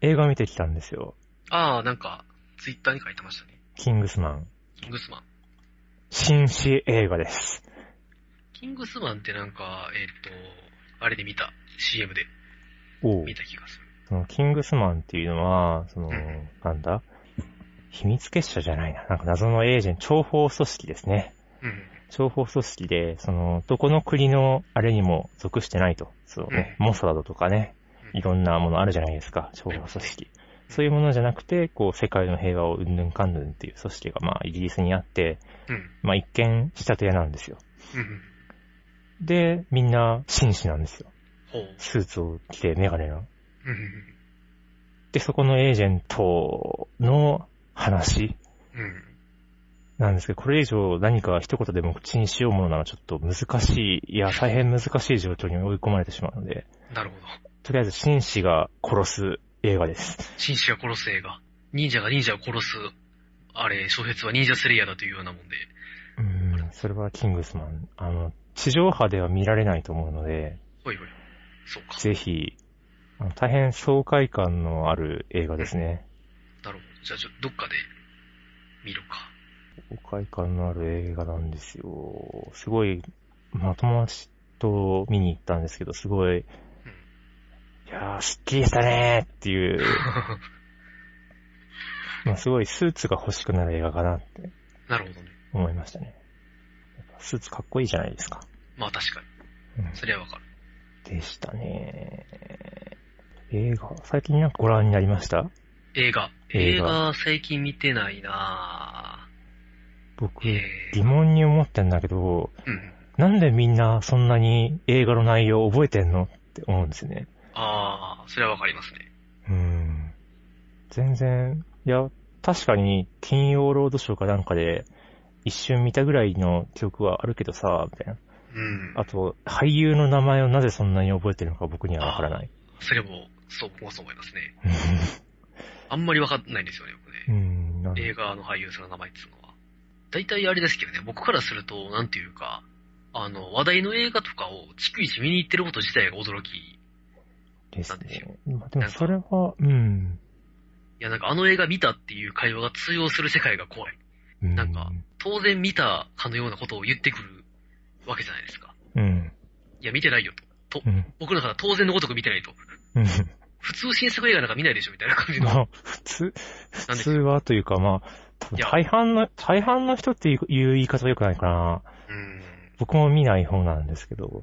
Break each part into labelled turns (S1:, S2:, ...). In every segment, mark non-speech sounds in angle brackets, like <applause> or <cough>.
S1: 映画見てきたんですよ。
S2: ああ、なんか、ツイッターに書いてましたね。
S1: キングスマン。
S2: キングスマン。
S1: 紳士映画です。
S2: キングスマンってなんか、えっ、と、あれで見た。CM で
S1: おう
S2: 見た気がする。
S1: そのキングスマンっていうのは、その
S2: うん、
S1: なんだ秘密結社じゃないな。なんか謎のエージェント、情報組織ですね。
S2: うん。
S1: 情報組織で、その、どこの国のあれにも属してないと。そうね、モサダドとかね、
S2: うん
S1: いろんなものあるじゃないですか、情報組織。そういうものじゃなくて、こう、世界の平和をうんぬんかんぬんっていう組織が、まあ、イギリスにあって、
S2: うん。
S1: まあ、一見、仕立て屋なんですよ。
S2: うん。
S1: で、みんな、紳士なんですよ。
S2: ほう。
S1: スーツを着て、メガネの。
S2: うん。
S1: で、そこのエージェントの話
S2: うん。
S1: なんですけど、これ以上何か一言でも口にしようものならちょっと難しい、いや、大変難しい状況に追い込まれてしまうので、
S2: なるほど。
S1: とりあえず、紳士が殺す映画です。
S2: 紳士が殺す映画。忍者が忍者を殺す。あれ、小説は忍者スレイヤーだというようなもんで。
S1: うん、それはキングスマン。あの、地上波では見られないと思うので、
S2: ほいほい。そうか。
S1: ぜひ、あの大変爽快感のある映画ですね。
S2: なるほど。じゃあ、ちょどっかで見るか。
S1: 爽快感のある映画なんですよ。すごい、まあ、友達と見に行ったんですけど、すごい、いやー、すっきりしたねーっていう、まあ、すごいスーツが欲しくなる映画かなって
S2: なるほどね。
S1: 思いましたね。やっぱスーツかっこいいじゃないですか。
S2: まあ確かに。
S1: うん
S2: それはわかる。
S1: でしたね。映画、最近なんかご覧になりました
S2: 映画。
S1: 映
S2: 映
S1: 画
S2: 画、最近見てないな
S1: 僕
S2: ぁ。、え
S1: 疑問に思ってんだけど、
S2: ー、うん。
S1: なんでみんなそんなに映画の内容を覚えてんのって思うんですよね。
S2: ああ、それはわかりますね。
S1: うん。全然、いや、確かに金曜ロードショーかなんかで一瞬見たぐらいの記憶はあるけどさ、みたいな。
S2: うん。
S1: あと、俳優の名前をなぜそんなに覚えてるのか僕にはわからない。
S2: それも、そう、僕もそう思いますね。あんまりわかんないんですよね、僕
S1: う
S2: ね。
S1: ん、なん
S2: 映画の俳優さんの名前っていうのは。大体あれですけどね、僕からすると、なんていうか、あの、話題の映画とかを逐一見に行ってること自体が驚き。い
S1: です
S2: なんですよ
S1: ね。まあでもそれは、うん。
S2: や、なんかあの映画見たっていう会話が通用する世界が怖い。なんか当然見たかのようなことを言ってくるわけじゃないですか。
S1: うん、
S2: いや、見てないよと。
S1: う、
S2: と
S1: ん。
S2: 僕なんか当然のごとく見てないと。
S1: うん。
S2: 普通新作映画なんか見ないでしょみたいな感じの。
S1: まあ、普通、普通はというか、まあ、多分
S2: いや
S1: 大半の、大半の人っていう言い方は良くないかな。
S2: うん。
S1: 僕も見ない方なんですけど。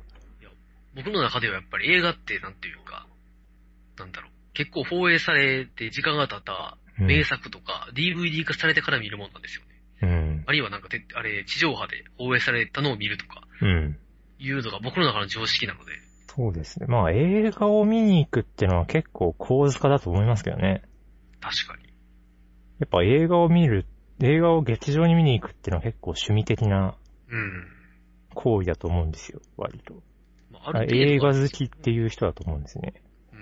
S2: 僕の中ではやっぱり映画ってなんていうか、なんだろう。結構放映されて時間が経った
S1: うん
S2: 名作とか、DVD 化されてから見るもんなんですよね。
S1: うん。
S2: あるいはなんかて、あれ、地上波で放映されたのを見るとか、
S1: うん。
S2: いうのが僕の中の常識なので、
S1: そうですね。まあ、映画を見に行くってのは結構構図化だと思いますけどね。
S2: 確かに。
S1: やっぱ映画を見る、映画を劇場に見に行くってのは結構趣味的な
S2: うん。
S1: 行為だと思うんですよ、割と。
S2: まあ、ある程度は
S1: 映画好きっていう人だと思うんですね。
S2: うん。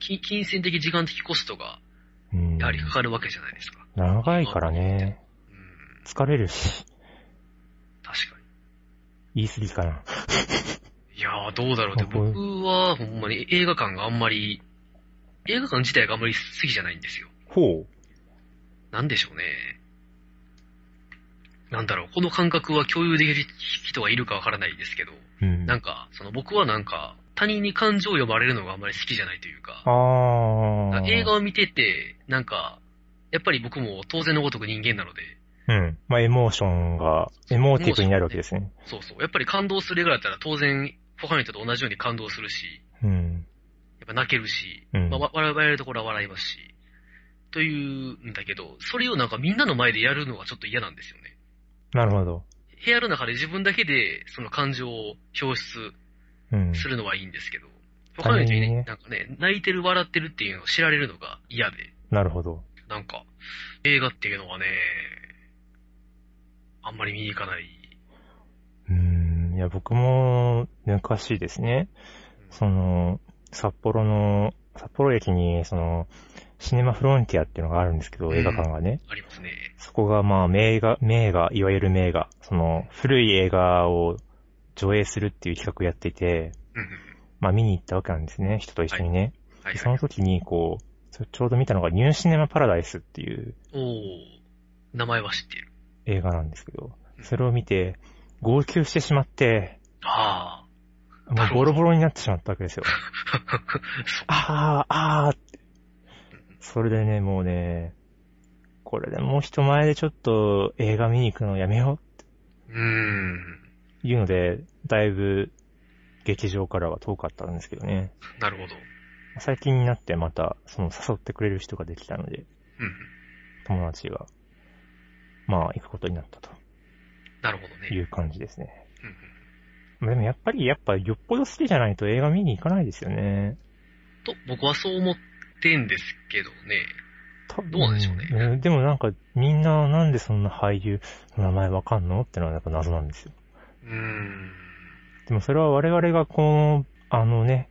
S2: き金銭的時間的コストが、
S1: うん。
S2: やはりかかるわけじゃないですか。
S1: 長いからね、
S2: うん。
S1: 疲れるし、
S2: 確か
S1: 言い過ぎかな。
S2: に。いやー、どうだろうね。
S1: あこれ
S2: 僕は、ほんまに映画館があんまり、映画館自体があんまり好きじゃないんですよ。
S1: ほう。
S2: なんでしょうね。なんだろう、この感覚は共有できる人はいるかわからないですけど、
S1: うん。
S2: なんか、その僕はなんか、他人に感情を読まれるのがあんまり好きじゃないというか、
S1: ああ。
S2: 映画を見てて、なんか、やっぱり僕も当然のごとく人間なので、
S1: うん。まあ、エモーションが、エモーティブになるわけですね。
S2: そうそう、やっぱり感動する映画だったら当然、他の人と同じように感動するし、
S1: うん。
S2: やっぱ泣けるし、
S1: うん
S2: まあ、わ笑えるところは笑いますし、というんだけど、それをなんかみんなの前でやるのはちょっと嫌なんですよね。
S1: なるほど。
S2: 部屋の中で自分だけでその感情を表出
S1: うん。
S2: するのはいいんですけど、他の人
S1: 他人に
S2: に
S1: ね
S2: ね、なんかね、泣いてる笑ってるっていうのを知られるのが嫌で、
S1: なるほど。
S2: なんか、映画っていうのはね、あんまり見に行かない。
S1: うん。いや、僕も、昔ですね。その、札幌の、札幌駅に、その、シネマフロンティアっていうのがあるんですけど、映画館がね。
S2: ありますね。
S1: そこが、まあ、名画、名画、いわゆる名画、その、古い映画を上映するっていう企画をやっていて、
S2: うんうん。
S1: まあ、見に行ったわけなんですね。人と一緒にね。
S2: はい
S1: でその時に、こう、それちょうど見たのがニューシネマパラダイスっていう
S2: おー、名前は知っている。
S1: 映画なんですけど、それを見て、号泣してしまって、
S2: ああ。
S1: もうボロボロになってしまったわけですよ。ああ、ああー、それでね、もうね、これでもう人前でちょっと映画見に行くのやめよ
S2: <laughs> うーん。
S1: うっていうので、だいぶ劇場からは遠かったんですけどね。
S2: なるほど。
S1: 最近になってまた、その誘ってくれる人ができたので、
S2: うん。
S1: 友達が、まあ行くことになったと
S2: なるほど
S1: い
S2: ね。
S1: う感じですね。
S2: うんうん
S1: でもやっぱり、やっぱよっぽど好きじゃないと映画見に行かないですよね。
S2: と、僕はそう思ってんですけどね。
S1: 多分
S2: どうなんでしょうね
S1: んでもなんかみんななんでそんな俳優の名前わかんのってのはやっぱ謎なんですよ。
S2: うーん。
S1: でもそれは我々がこの、あのね、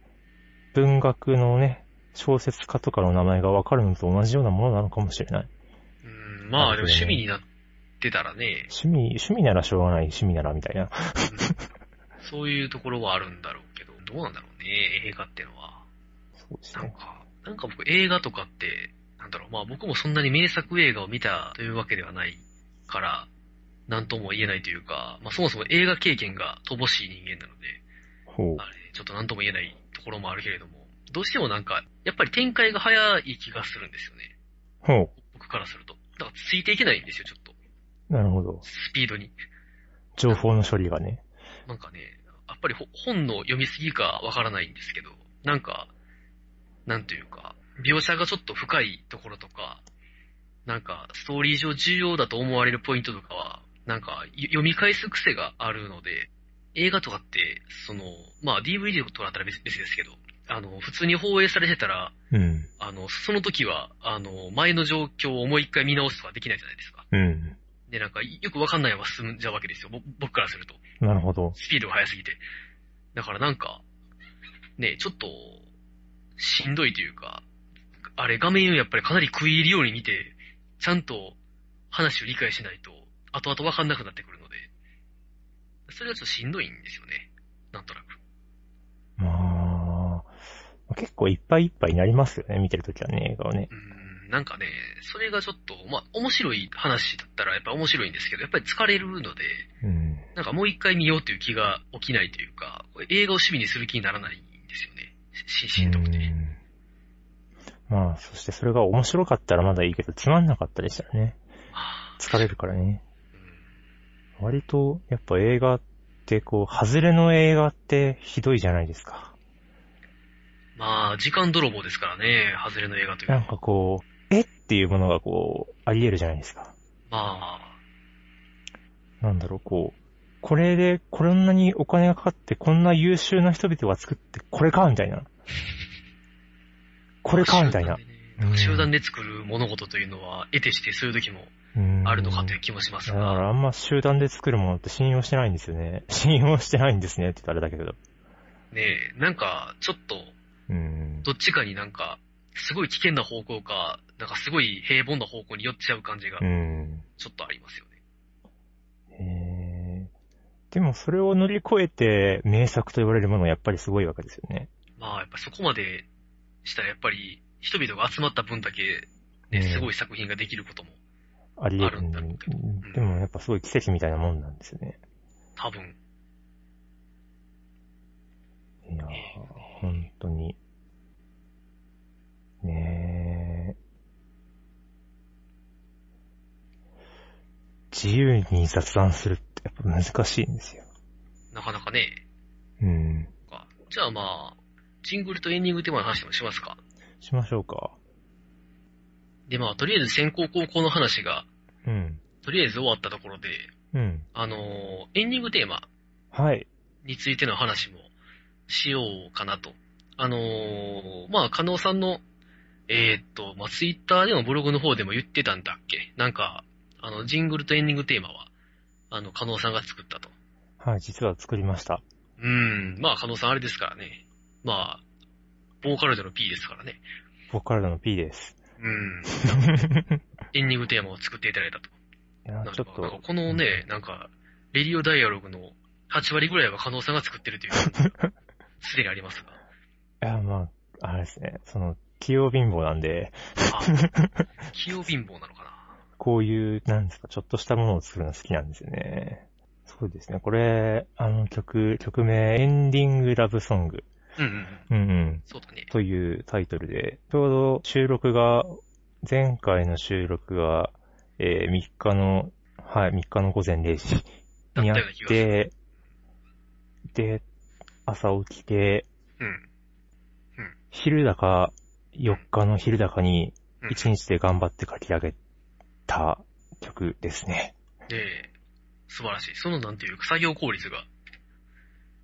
S1: 文学のね、小説家とかの名前がわかるのと同じようなものなのかもしれない。
S2: うーんまあ、でも趣味になってたらね、
S1: 趣味、趣味ならしょうがない、趣味ならみたいな。
S2: うんそういうところはあるんだろうけど、どうなんだろうね、映画ってのは。
S1: そうです
S2: なん
S1: ね。
S2: か、なんか僕映画とかって、なんだろう、まあ僕もそんなに名作映画を見たというわけではないから、なんとも言えないというか、まあそもそも映画経験が乏しい人間なので、
S1: ほう。
S2: あれ、ちょっとなんとも言えないところもあるけれども、どうしてもなんか、やっぱり展開が早い気がするんですよね。
S1: ほ
S2: 僕からすると。だからついていけないんですよ、ちょっと。
S1: う。なるほど。
S2: スピードに。
S1: 情報の処理がね。
S2: なんかね、やっぱりほ本の読みすぎかわからないんですけど、なんか、なんというか、描写がちょっと深いところとか、なんか、ストーリー上重要だと思われるポイントとかは、なんか、よ読み返す癖があるので、映画とかって、その、まあ DVD とかだったら別別ですけど、あの、普通に放映されてたら、
S1: うん。
S2: あの、その時は、あの、前の状況をもう一回見直すとかできないじゃないですか。
S1: うん。
S2: で、なんか、よくわかんないまま進んじゃうわけですよ。ぼ僕からすると。
S1: なるほど。
S2: スピードが速すぎて。だからなんか、ね、ちょっと、しんどいというか、あれ画面をやっぱりかなり食い入るように見て、ちゃんと話を理解しないと、後々わかんなくなってくるので、それがちょっとしんどいんですよね。なんとなく。
S1: まあ、結構いっぱいいっぱいになりますよね、見てるときはね、映画をね。
S2: うーん、なんかね、それがちょっと、まあ、面白い話だったらやっぱ面白いんですけど、やっぱり疲れるので、
S1: うん。
S2: なんかもう一回見ようという気が起きないというか、映画を趣味にする気にならないんですよね。し、しんどくて。
S1: うんまあ、そしてそれが面白かったらまだいいけど、つまんなかったでしたらね。
S2: はあ
S1: 疲れるからね。
S2: うん
S1: 割と、やっぱ映画って、こう、外れの映画ってひどいじゃないですか。
S2: まあ、時間泥棒ですからね、外れの映画という
S1: なん
S2: か。
S1: かこう、えっていうものがこう、あり得るじゃないですか。
S2: まあ、
S1: なんだろう、こう、これで、こんなにお金がかかって、こんな優秀な人々が作って、これかみたいな。これかみたいな
S2: 集。団でね
S1: うん
S2: 集団で作る物事というのは、得てしてそういう時も
S1: うん
S2: あるのかという気もします
S1: だか
S2: が、
S1: らあんま集団で作るものって信用してないんですよね。信用してないんですねって言ったらあれだけど。
S2: ねえ、なんか、ちょっと、
S1: うん。
S2: どっちかになんか、すごい危険な方向か、なんかすごい平凡な方向に寄っちゃう感じが
S1: う、ん。
S2: ちょっとありますよね。
S1: えー、でもそれを乗り越えて名作と言われるものはやっぱりすごいわけですよね。
S2: まあ、やっぱそこまでしたら、やっぱり、人々が集まった分だけ、
S1: う
S2: ね、
S1: ん
S2: すごい作品ができることも、
S1: あり得るんだ
S2: あるんだけどうん
S1: でもやっぱすごい奇跡みたいなもんなんですよね。
S2: 多分、
S1: いやー、本当に。ねえ。自由に雑談するってやっぱ難しいんですよ。
S2: なかなかね、
S1: うん。
S2: かじゃあまあ、ジングルとエンディングテーマの話でもしますか。
S1: しましょうか。
S2: で、まあ、とりあえず先行高校の話が、
S1: うん。
S2: とりあえず終わったところで、
S1: うん。
S2: あのーエンディングテーマ
S1: はい。
S2: についての話もしようかなと。あのーまあ、加納さんの、えーっと、まあ、ツイッターでもブログの方でも言ってたんだっけなんか、あの、ジングルとエンディングテーマは、あの、加納さんが作ったと。
S1: はい、実は作りました。
S2: うーん、まあ、加納さんあれですからね。まあ、ボーカルでの P ですからね。
S1: ボカルダの P です。
S2: うん。エンディングテーマを作っていただいたと。
S1: いや
S2: なん
S1: ちょ
S2: か
S1: っ
S2: なんか
S1: と、
S2: このね、なんか、レディオダイアログの8割ぐらいは加納さん <laughs> が作ってるという、すでにありますが。
S1: いや、まあ、あれですね、その、器用貧乏なんで、
S2: あ、器用貧乏なのか
S1: こういう、なんですか、ちょっとしたものを作るの好きなんですよね。そうですね。これ、あの曲、曲名、エンディングラブソング。
S2: な。うんうんうん。
S1: うんうん。
S2: そうだね。
S1: というタイトルで、ちょうど収録が、前回の収録が、えー3日の、はい、3日の午前0時
S2: だっ
S1: にあ
S2: た
S1: っ
S2: ような気がする。
S1: て、で、朝起きて、
S2: うん。
S1: 昼高、4日の昼高に
S2: うん、
S1: 1日で頑張って書き上げた曲ですね。
S2: で、素晴らしい。そのなんていうか、作業効率が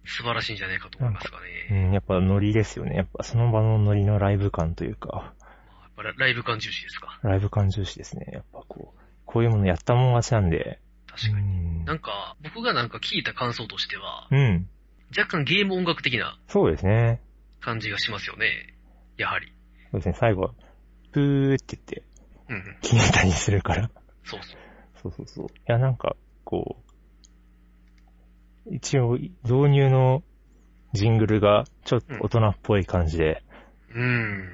S2: 素晴らしいんじゃないかと思いますが
S1: う
S2: ね。
S1: ん、やっぱノリですよね。やっぱその場のノリのライブ感というか、
S2: やっぱラライブ感重視ですか。
S1: ライブ感重視ですね。やっぱこう、こういうものやったもん勝ちなんで。
S2: 確かに。
S1: に
S2: なんか、僕がなんか聞いた感想としては、
S1: うん。
S2: 若干ゲーム音楽的な
S1: そうですね。
S2: 感じがしますよね。やはり。
S1: そうですね。最後、プーって言って、
S2: うんうん。
S1: 消えたりするから。
S2: そうそ
S1: そ
S2: う。
S1: うそうそう。いや、なんか、こう、一応、導入のジングルが、ちょっと大人っぽい感じで、
S2: うーん。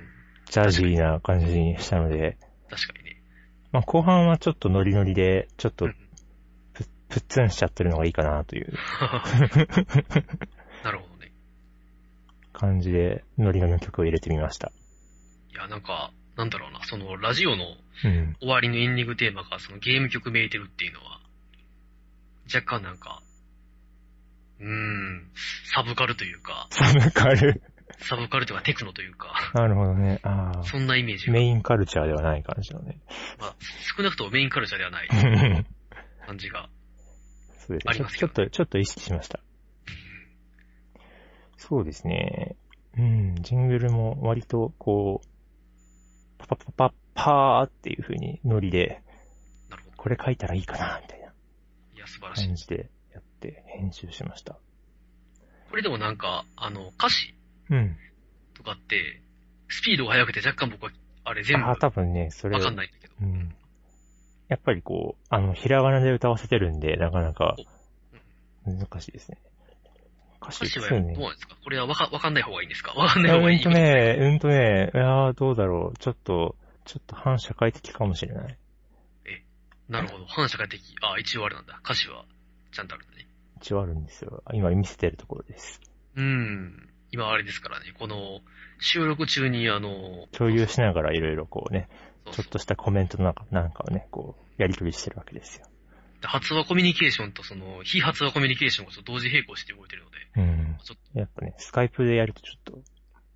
S1: ジャージーな感じにしたので、
S2: 確かにね。
S1: まあ、後半はちょっとノリノリで、ちょっと
S2: うん、
S1: ぷ、ぷっつんしちゃってるのがいいかなという。
S2: <laughs> なるほどね。
S1: 感じで、ノリノリの曲を入れてみました。
S2: いや、なんか、なんだろうな、その、ラジオの
S1: うん。
S2: 終わりのエンディングテーマが、そのゲーム曲めいてるっていうのは、若干なんか、うーん、サブカルというか、
S1: サブカル。
S2: サブカルというかテクノというか、
S1: <laughs> なるほどね。ああ。
S2: そんなイメージが
S1: メ、インカルチャーではない感じの <laughs> ね。
S2: まあ、少なくともメインカルチャーではない感じが、
S1: そうですね
S2: あり
S1: ちょっ
S2: ま
S1: と。
S2: す
S1: ちょ
S2: よ
S1: っと、ちょっと意識しました。そうですね。うん。ジングルも割と、こう、パパパパパーっていう風にノリで、
S2: なるほど。
S1: これ書いたらいいかな、みたいない
S2: や、素晴らしい
S1: 感。じでやって編集しました。
S2: これでもなんか、あの、歌詞
S1: うん。
S2: とかって、スピードが速くて若干僕は、あれ全部
S1: ああ、
S2: わ
S1: 多分ね、それ、
S2: かんないんだけど。
S1: うん。やっぱりこう、あの、ひらがなで歌わせてるんで、なかなか難しいですね。歌詞
S2: 歌詞
S1: で
S2: は
S1: す
S2: ど
S1: よ
S2: うなん
S1: ね。
S2: ですかこれはわかわかんない方がいいんですかわかんない方が
S1: う
S2: い
S1: ん
S2: い
S1: と。ね、うんとね、いやーどうだろう。ちょっと、ちょっと反社会的かもしれない。
S2: なるほど。反社会的。あ、一応あれなんだ。歌詞は、ちゃんとあるんだね。
S1: 一応あるんですよ。今見せてるところです。
S2: うん。今あれですからね、この、収録中にあの、
S1: 共有しながらいろいろこうね、
S2: そう
S1: ち
S2: そ
S1: ょ
S2: う
S1: っとしたコメントなんかなんかをね、こう、やりとりしてるわけですよ。
S2: 発話コミュニケーションとその、非発話コミュニケーションがちょっと同時並行して動いてるので、
S1: うん。
S2: ちょっ
S1: やっぱね、スカイプでやるとちょっと、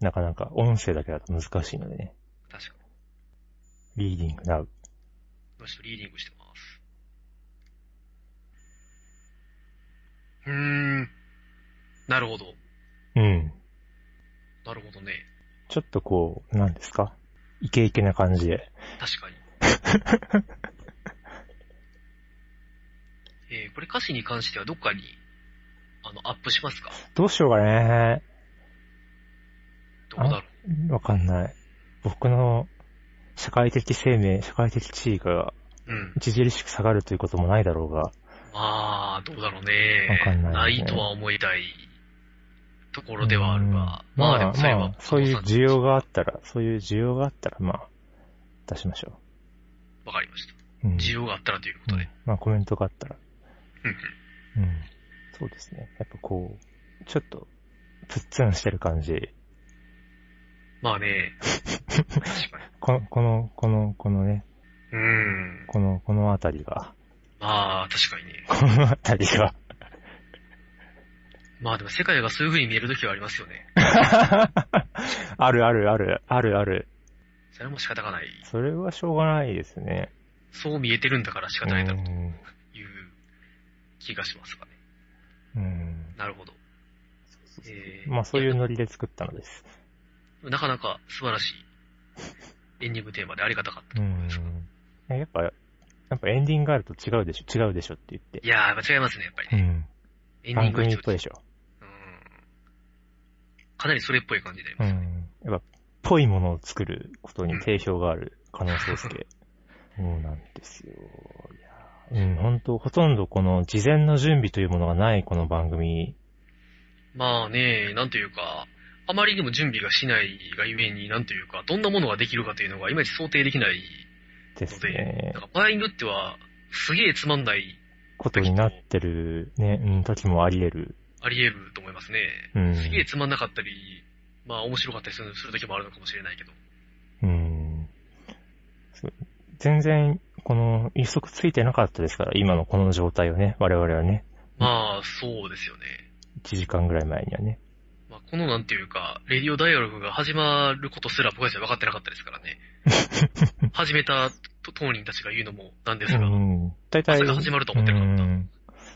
S1: なかなか音声だけだと難しいのでね、
S2: と、確かに。
S1: リーディングなう。
S2: 今ちょっとリーディングしてます。うーん。なるほど。
S1: うん。
S2: なるほどね。
S1: ちょっとこう、なんですかイケイケな感じで。
S2: 確かに。
S1: <laughs>
S2: えー、これ歌詞に関してはどっかに、あの、アップしますか
S1: どうしようかね。
S2: どうだろう
S1: わかんない。僕の社会的生命、社会的地位が
S2: うん。
S1: 著しく下がるということもないだろうが、
S2: まあ、どうだろうね。
S1: わかんないですね
S2: とは思いたいところではある
S1: うん
S2: が。まあ、でもそれは、
S1: まあそういう需要があったら、そういう需要があったら、まあ、出しましょ
S2: わかりました。
S1: う。うん、
S2: 需要があったらということ
S1: う
S2: で
S1: ん。まあ、コメントがあったら。
S2: うんうん
S1: うん。そうですね。やっぱこう、ちょっと、プッツンしてる感じ。
S2: まあね。確かに。
S1: この、この、この、このね、
S2: うん。
S1: この、このあたりが、 <laughs>
S2: まあ、確かにね。
S1: このあたりが、
S2: まあでも世界がそういう風に見える時はありますよね。
S1: あるあるある、あるある。
S2: それも仕方がない。
S1: それはしょうがないですね。
S2: そう見えてるんだから仕方ないだろう
S1: うん
S2: という気がしますがね。
S1: うん。
S2: なるほど。えー
S1: まあそういうノリで作ったのです。
S2: なかなか素晴らしいエンディングテーマでありがたかった
S1: う
S2: と思い
S1: ん
S2: ますが。。
S1: やっぱ、やっぱエンディングがあると違うでしょ、違うでしょって言って
S2: い。やー、違いますね、やっぱり
S1: う
S2: ね。
S1: ん。
S2: エンディ
S1: 番
S2: ングが
S1: 組
S2: 一
S1: っぽい
S2: 応
S1: でしょ。
S2: うんかなりそれっぽい感じになり
S1: う
S2: ますね。
S1: ん。やっぱ、ぽいものを作ることに定評がある可能性ですけ。 <laughs> そうなんですよ。いやーうん、本当ほとんどこの事前の準備というものがないこの番組。
S2: まあね、なんというか、あまりにも準備がしないがゆえに、なんというか、どんなものができるかというのが、いまいち想定できない
S1: ですね
S2: だ。から場合によっては、すげえつまんない、
S1: ことになってるね、うん、時もあり得る。
S2: あり得ると思いますね。
S1: うん。
S2: すげえつまんなかったり、まあ面白かったりするする時もあるのかもしれないけど。
S1: うん。そう全然、この、予測ついてなかったですから、今のこの状態をね、我々はね、
S2: まあ、そうですよね。
S1: 1時間ぐらい前にはね。
S2: まあ、このなんていうか、レディオダイアログが始まることすら僕たちは分かってなかったですからね。
S1: <laughs>
S2: 始めたと当人たちが言うのもなんです
S1: う
S2: が、
S1: ん。大
S2: ま
S1: 体、
S2: さか始まると思ってなかった。
S1: うん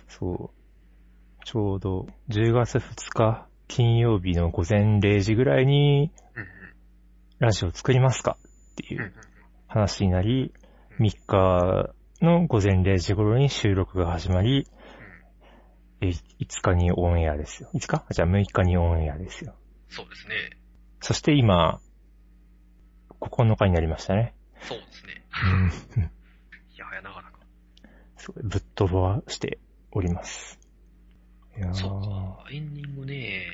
S1: そう。ちょうど、10月2日、金曜日の午前0時ぐらいに、
S2: うん
S1: ラジオ作りますかってい
S2: うんうん
S1: う話になり、3日の午前0時頃に収録が始まり、え5日にオンエアですよ。5日あじゃあ6日にオンエアですよ。
S2: そうですね。
S1: そして今、9日になりましたね。
S2: そうですね。いやはやなかなか。
S1: すごいぶっ飛ばしております。いやー
S2: そうか。エンディングね、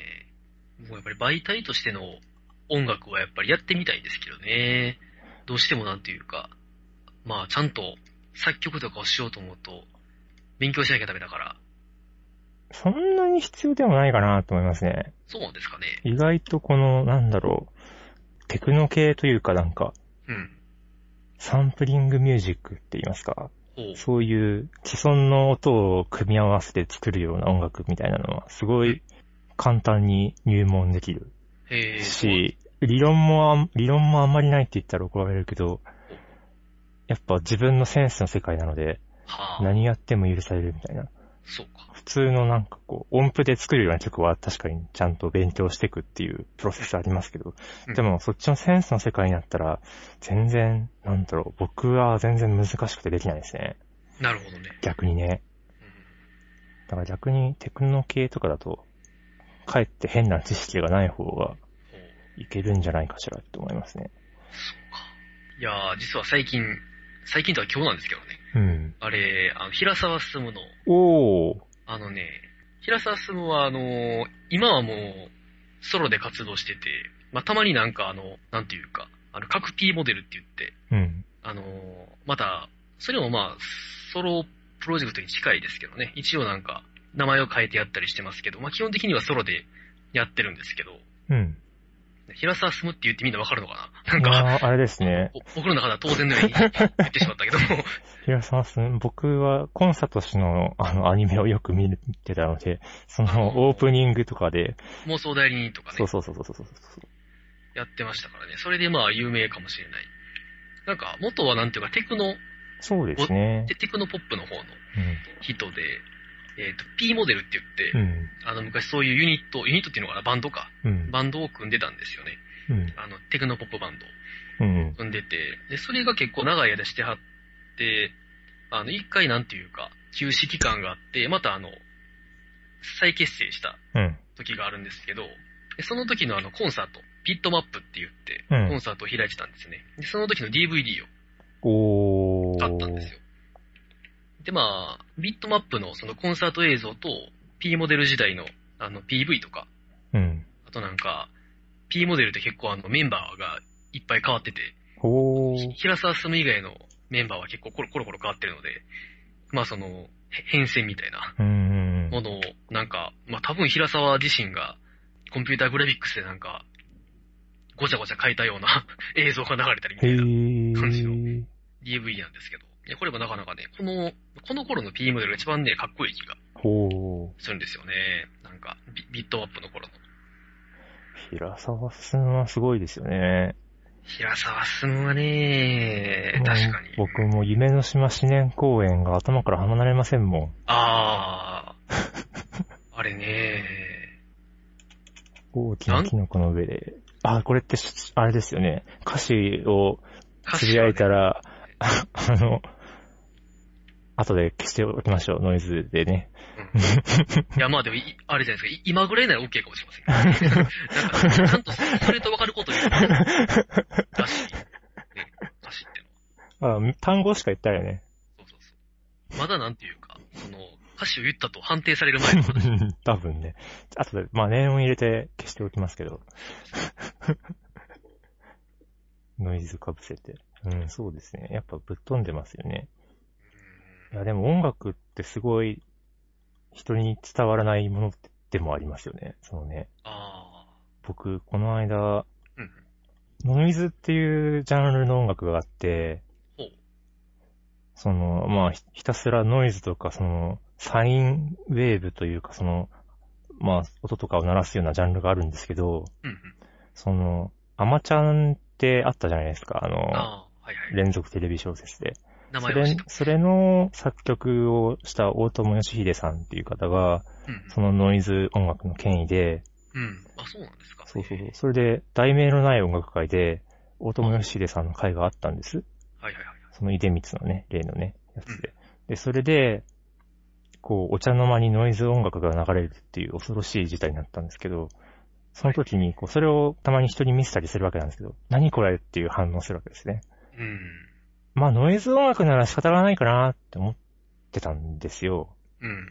S2: もうやっぱり媒体としての音楽はやっぱりやってみたいですけどね。どうしてもなんていうか、まあちゃんと作曲とかをしようと思うと、勉強しなきゃダメだから、
S1: そんなに必要でもないかなと思いますね。
S2: そうなんですかね。
S1: 意外とこの、なんだろう、テクノ系というかなんか、
S2: うん。
S1: サンプリングミュージックって言いますか。
S2: ほう。
S1: そういう既存の音を組み合わせて作るような音楽みたいなのは、すごい簡単に入門できる
S2: へえ。
S1: し、理論もあん、理論もあんまりないって言ったら怒られるけど、やっぱ自分のセンスの世界なので、
S2: はあ、
S1: 何やっても許されるみたいな。
S2: そうか。
S1: 普通のなんかこう、音符で作るような曲は確かにちゃんと勉強していくっていうプロセスありますけど
S2: うん、
S1: でもそっちのセンスの世界になったら、全然、なんだろう、僕は全然難しくてできないですね。
S2: なるほどね。
S1: 逆にね。
S2: うん
S1: だから逆にテクノ系とかだと、かえって変な知識がない方が
S2: ほう
S1: いけるんじゃないかしらって思いますね。
S2: いやー、実は最近、最近とは今日なんですけどね。
S1: うん。
S2: あれ、あの、平沢進の、
S1: おー。
S2: あのね、平沢進はあのー今はもう、ソロで活動してて、まあ、たまになんかあの、なんていうか、あの、各 P モデルって言って、
S1: うん。
S2: あのーまた、それもまあ、ソロプロジェクトに近いですけどね。一応なんか、名前を変えてやったりしてますけど、まあ、基本的にはソロでやってるんですけど、
S1: うん。
S2: 平沢進って言ってみんなわかるのかななん
S1: い
S2: か、
S1: やーあれですね。
S2: お僕の中では当然のよ
S1: <laughs>
S2: うに言ってしまったけども、
S1: 平沢さん、僕はコンサート氏のあのアニメをよく見てたので、そのオープニングとかで、
S2: 妄想代理人とかね
S1: そう、そうそうそうそうそう
S2: やってましたからね。それでまあ有名かもしれない。なんか、元はなんていうか、テクノ、
S1: そう。そうですね。
S2: テテクノポップの方の人で、えっ、と、P モデルって言っ
S1: う
S2: て、
S1: ん。
S2: あの、昔そういうユニット、ユニットっていうのかな、バンドか。
S1: うん。うん。
S2: バンドを組んでたんですよね。
S1: うん。
S2: あの、テクノポップバンドを
S1: うん。
S2: 組んでて、で、それが結構長い間してはって、あの、一回なんていうか、休止期間があって、またあの、再結成した
S1: うん。
S2: 時があるんですけど、でその時のあのコンサート、ピットマップって言って
S1: う、ん
S2: コンサートを開いてたんですね。で、その時の DVD を
S1: おー。
S2: 買ったんですよ。で、まあ、ビットマップのそのコンサート映像と、P モデル時代のあの PV とか、
S1: うん。
S2: あとなんか、P モデルって結構あのメンバーがいっぱい変わってて、
S1: お
S2: ひ
S1: ー。
S2: 平沢進以外のメンバーは結構コロコロコロ変わってるので、まあその、へ変遷みたいな
S1: うん。
S2: ものを、なんか、まあ、多分平沢自身が、コンピューターグラフィックスでなんか、ごちゃごちゃ変えたような <laughs> 映像が流れたりみた
S1: へ
S2: いな感じの
S1: ー。
S2: DV なんですけど。いや、これもなかなかね、この、この頃の P モデルが一番ね、かっこいい気が
S1: ほ
S2: するんですよね。なんか、ビビットアップの頃の。
S1: う。平沢進はすごいですよね。
S2: 平沢進はね、
S1: もう
S2: 確かに。
S1: 僕も夢の島四年公演が頭から離れませんもん。
S2: ああ。あれね、
S1: 大きなキノコの上で。あ、これってし、あれですよね。歌詞をつぶやいたら、ああの、後で消しておきましょう、ノイズでね。
S2: いや、まあでもい、あれじゃないですか。い今ぐらいなら OK かもしれません。なんか、ちゃんとそれと分かること言うと、だし、ね、だしってのは。
S1: あ単語しか言ったらね。 <laughs>
S2: そうそうそう。まだなんていうか、その、歌詞を言ったと判定される前の話。
S1: 多分ね。あとで、まあ、念を入れて消しておきますけど。 <laughs> ノイズかぶせて。うん、そうですね。やっぱぶっ飛んでますよね。いや、でも音楽ってすごい人に伝わらないものでもありますよね。そのね、
S2: ああ。
S1: 僕、この間、
S2: うん。
S1: ノイズっていうジャンルの音楽があって
S2: ほう、
S1: その、まあ、ひひたすらノイズとか、その、サインウェーブというか、その、まあ、音とかを鳴らすようなジャンルがあるんですけど、
S2: うんうん。
S1: その、アマちゃんってあったじゃないですか、あの、
S2: ああ、はいはい。
S1: 連続テレビ小説で。
S2: 名
S1: そ
S2: 前は知っ
S1: れ
S2: て、ます。
S1: それの作曲をした大友義秀さんっていう方が、
S2: うん
S1: そのノイズ音楽の権威で、
S2: うん。うん。あ、そうなんですか。
S1: そうそうそう。それで、題名のない音楽会で、大友義秀さんの会があったんです。
S2: はいはいはい。
S1: その出光のね、例のね、やつで。で、それで、こう、お茶の間にノイズ音楽が流れるっていう恐ろしい事態になったんですけど、その時に、こう、それをたまに人に見せたりするわけなんですけど、何これっていう反応するわけですね。
S2: うん。
S1: まあ、ノイズ音楽なら仕方がないかなって思ってたんですよ。
S2: うん。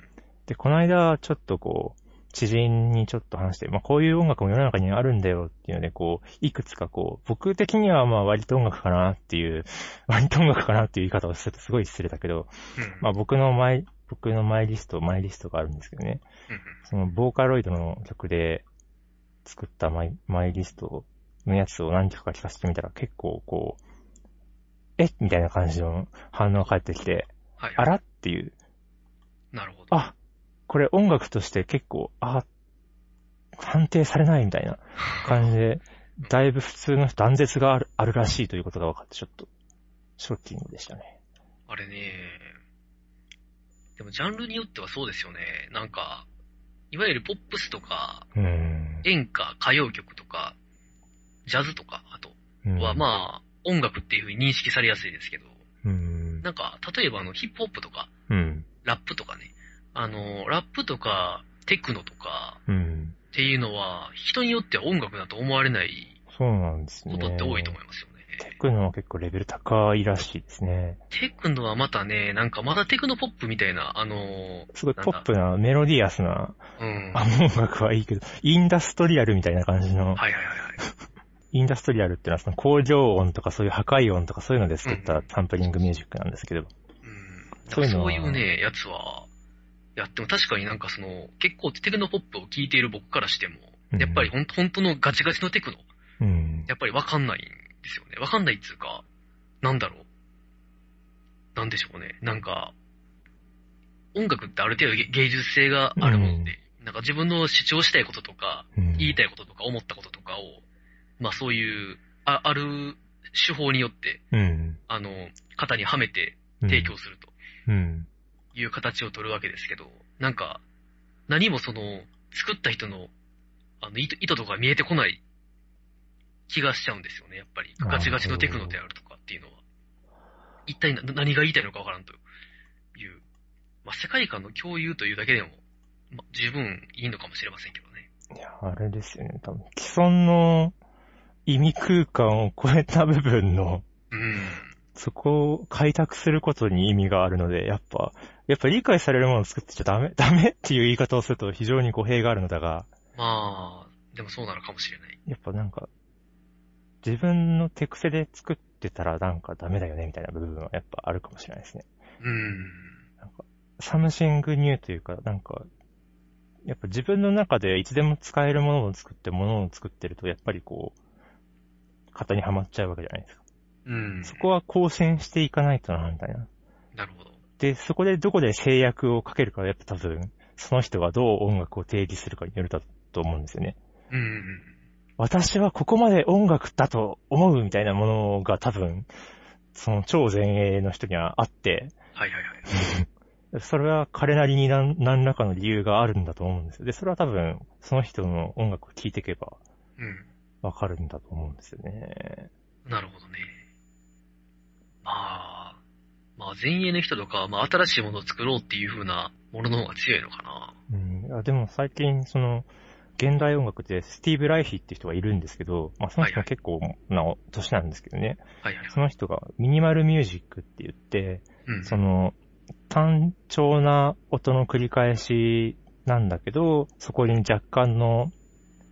S1: で、この間、ちょっとこう、知人にちょっと話して、まあこういう音楽も世の中にあるんだよっていうので、こう、いくつかこう、僕的にはまあ割と音楽かなっていう、 <laughs> 割と音楽かなっていう言い方をするとすごい失礼だけど、
S2: うん。
S1: まあ僕のマイ、僕のマイリスト、マイリストがあるんですけどね、
S2: うんうん。
S1: そのボーカロイドの曲で作ったマイマイリストのやつを何曲か聴かせてみたら結構こう、えみたいな感じの反応が返ってきて、
S2: はい。
S1: あらっていう、
S2: なるほど。
S1: あ、これ音楽として結構、あ、判定されないみたいな感じで、だいぶ普通の断絶があるあるらしいということが分かって、ちょっと、ショッキングでしたね。
S2: あれね、でもジャンルによってはそうですよね。なんか、いわゆるポップスとか、
S1: うーん。
S2: 演歌、歌謡曲とか、ジャズとか、あと
S1: うん
S2: はまあ、音楽っていう風に認識されやすいですけど、
S1: うん。
S2: なんか、例えばあの、ヒップホップとか、
S1: うん。
S2: ラップとかね、あの、ラップとか、テクノとか
S1: うん。
S2: っていうのは、人によっては音楽だと思われない
S1: そうなんですね。
S2: ことって多いと思いますよね。
S1: テクノは結構レベル高いらしいですね。
S2: テクノはまたね、なんかまだテクノポップみたいな、あの、
S1: すごいポップな、メロディアスな、
S2: うん。
S1: あ
S2: は
S1: の音楽はいいけど、インダストリアルみたいな感じの
S2: い、はいはいはい。
S1: インダストリアルってのはその工場音とかそういう破壊音とかそういうので作ったサンプリングミュージックなんですけど、
S2: うん
S1: そういうの
S2: そ
S1: は
S2: ういうね、やつは、やっても確かになんかその、結構テクノポップを聴いている僕からしても、
S1: うん
S2: やっぱりほんと本当のガチガチのテクノ、
S1: うん。
S2: やっぱりわかんないんですよね。わかんないっつうか、なんだろう。なんでしょうね。なんか、音楽ってある程度げ芸術性があるもので、なんか自分の主張したいこととか、言いた
S1: い。
S2: いこととか思ったこととかを、まあそういう、あある手法によって、
S1: うん。
S2: あの、型にはめて
S1: うん
S2: 提供すると。
S1: うん。
S2: いう形を取るわけですけど、なんか、何もその、作った人の、あの、意図意図とか見えてこない気がしちゃうんですよね、やっぱり。
S1: あー
S2: ガチガチのテクノであるとかっていうのは。一体な何が言いたいのかわからんという。まあ、世界観の共有というだけでも、まあ、十分いいのかもしれませんけどね。
S1: いや、あれですよね。多分、既存の意味空間を超えた部分の、
S2: うん。
S1: そこを開拓することに意味があるので、やっぱ、やっぱ理解されるものを作ってちゃダメ、ダメっていう言い方をすると非常に語弊があるのだが、
S2: まあ、でもそうなのかもしれない。
S1: やっぱなんか、自分の手癖で作ってたらなんかダメだよねみたいな部分はやっぱあるかもしれないですね。
S2: うん。
S1: サムシングニューというか、なんか、やっぱ自分の中でいつでも使えるものを作って、ものを作ってると、やっぱりこう、型にはまっちゃうわけじゃないですか。
S2: うん。
S1: そこは更新していかないとな、みたいな。
S2: なるほど。
S1: で、そこでどこで制約をかけるかは、やっぱ多分、その人がどう音楽を定義するかによるだと思うんですよね。
S2: うん。
S1: 私はここまで音楽だと思うみたいなものが多分、その超前衛の人にはあって、
S2: はいはいはい。
S1: それは彼なりに何何らかの理由があるんだと思うんですよ。で、それは多分、その人の音楽を聴いていけば
S2: うん。
S1: わかるんだと思うんですよね。
S2: なるほどね。まあ、まあ前衛の人とか、まあ新しいものを作ろうっていう風なものの方が強いのかな。
S1: うん、いやでも最近、その、現代音楽でスティーブ・ライヒっていう人がいるんですけど、まあその人も
S2: はいは
S1: 結構な年なんですけどね、
S2: はいはいはい。
S1: その人がミニマルミュージックって言って、
S2: うん。
S1: その、単調な音の繰り返しなんだけど、そこに若干の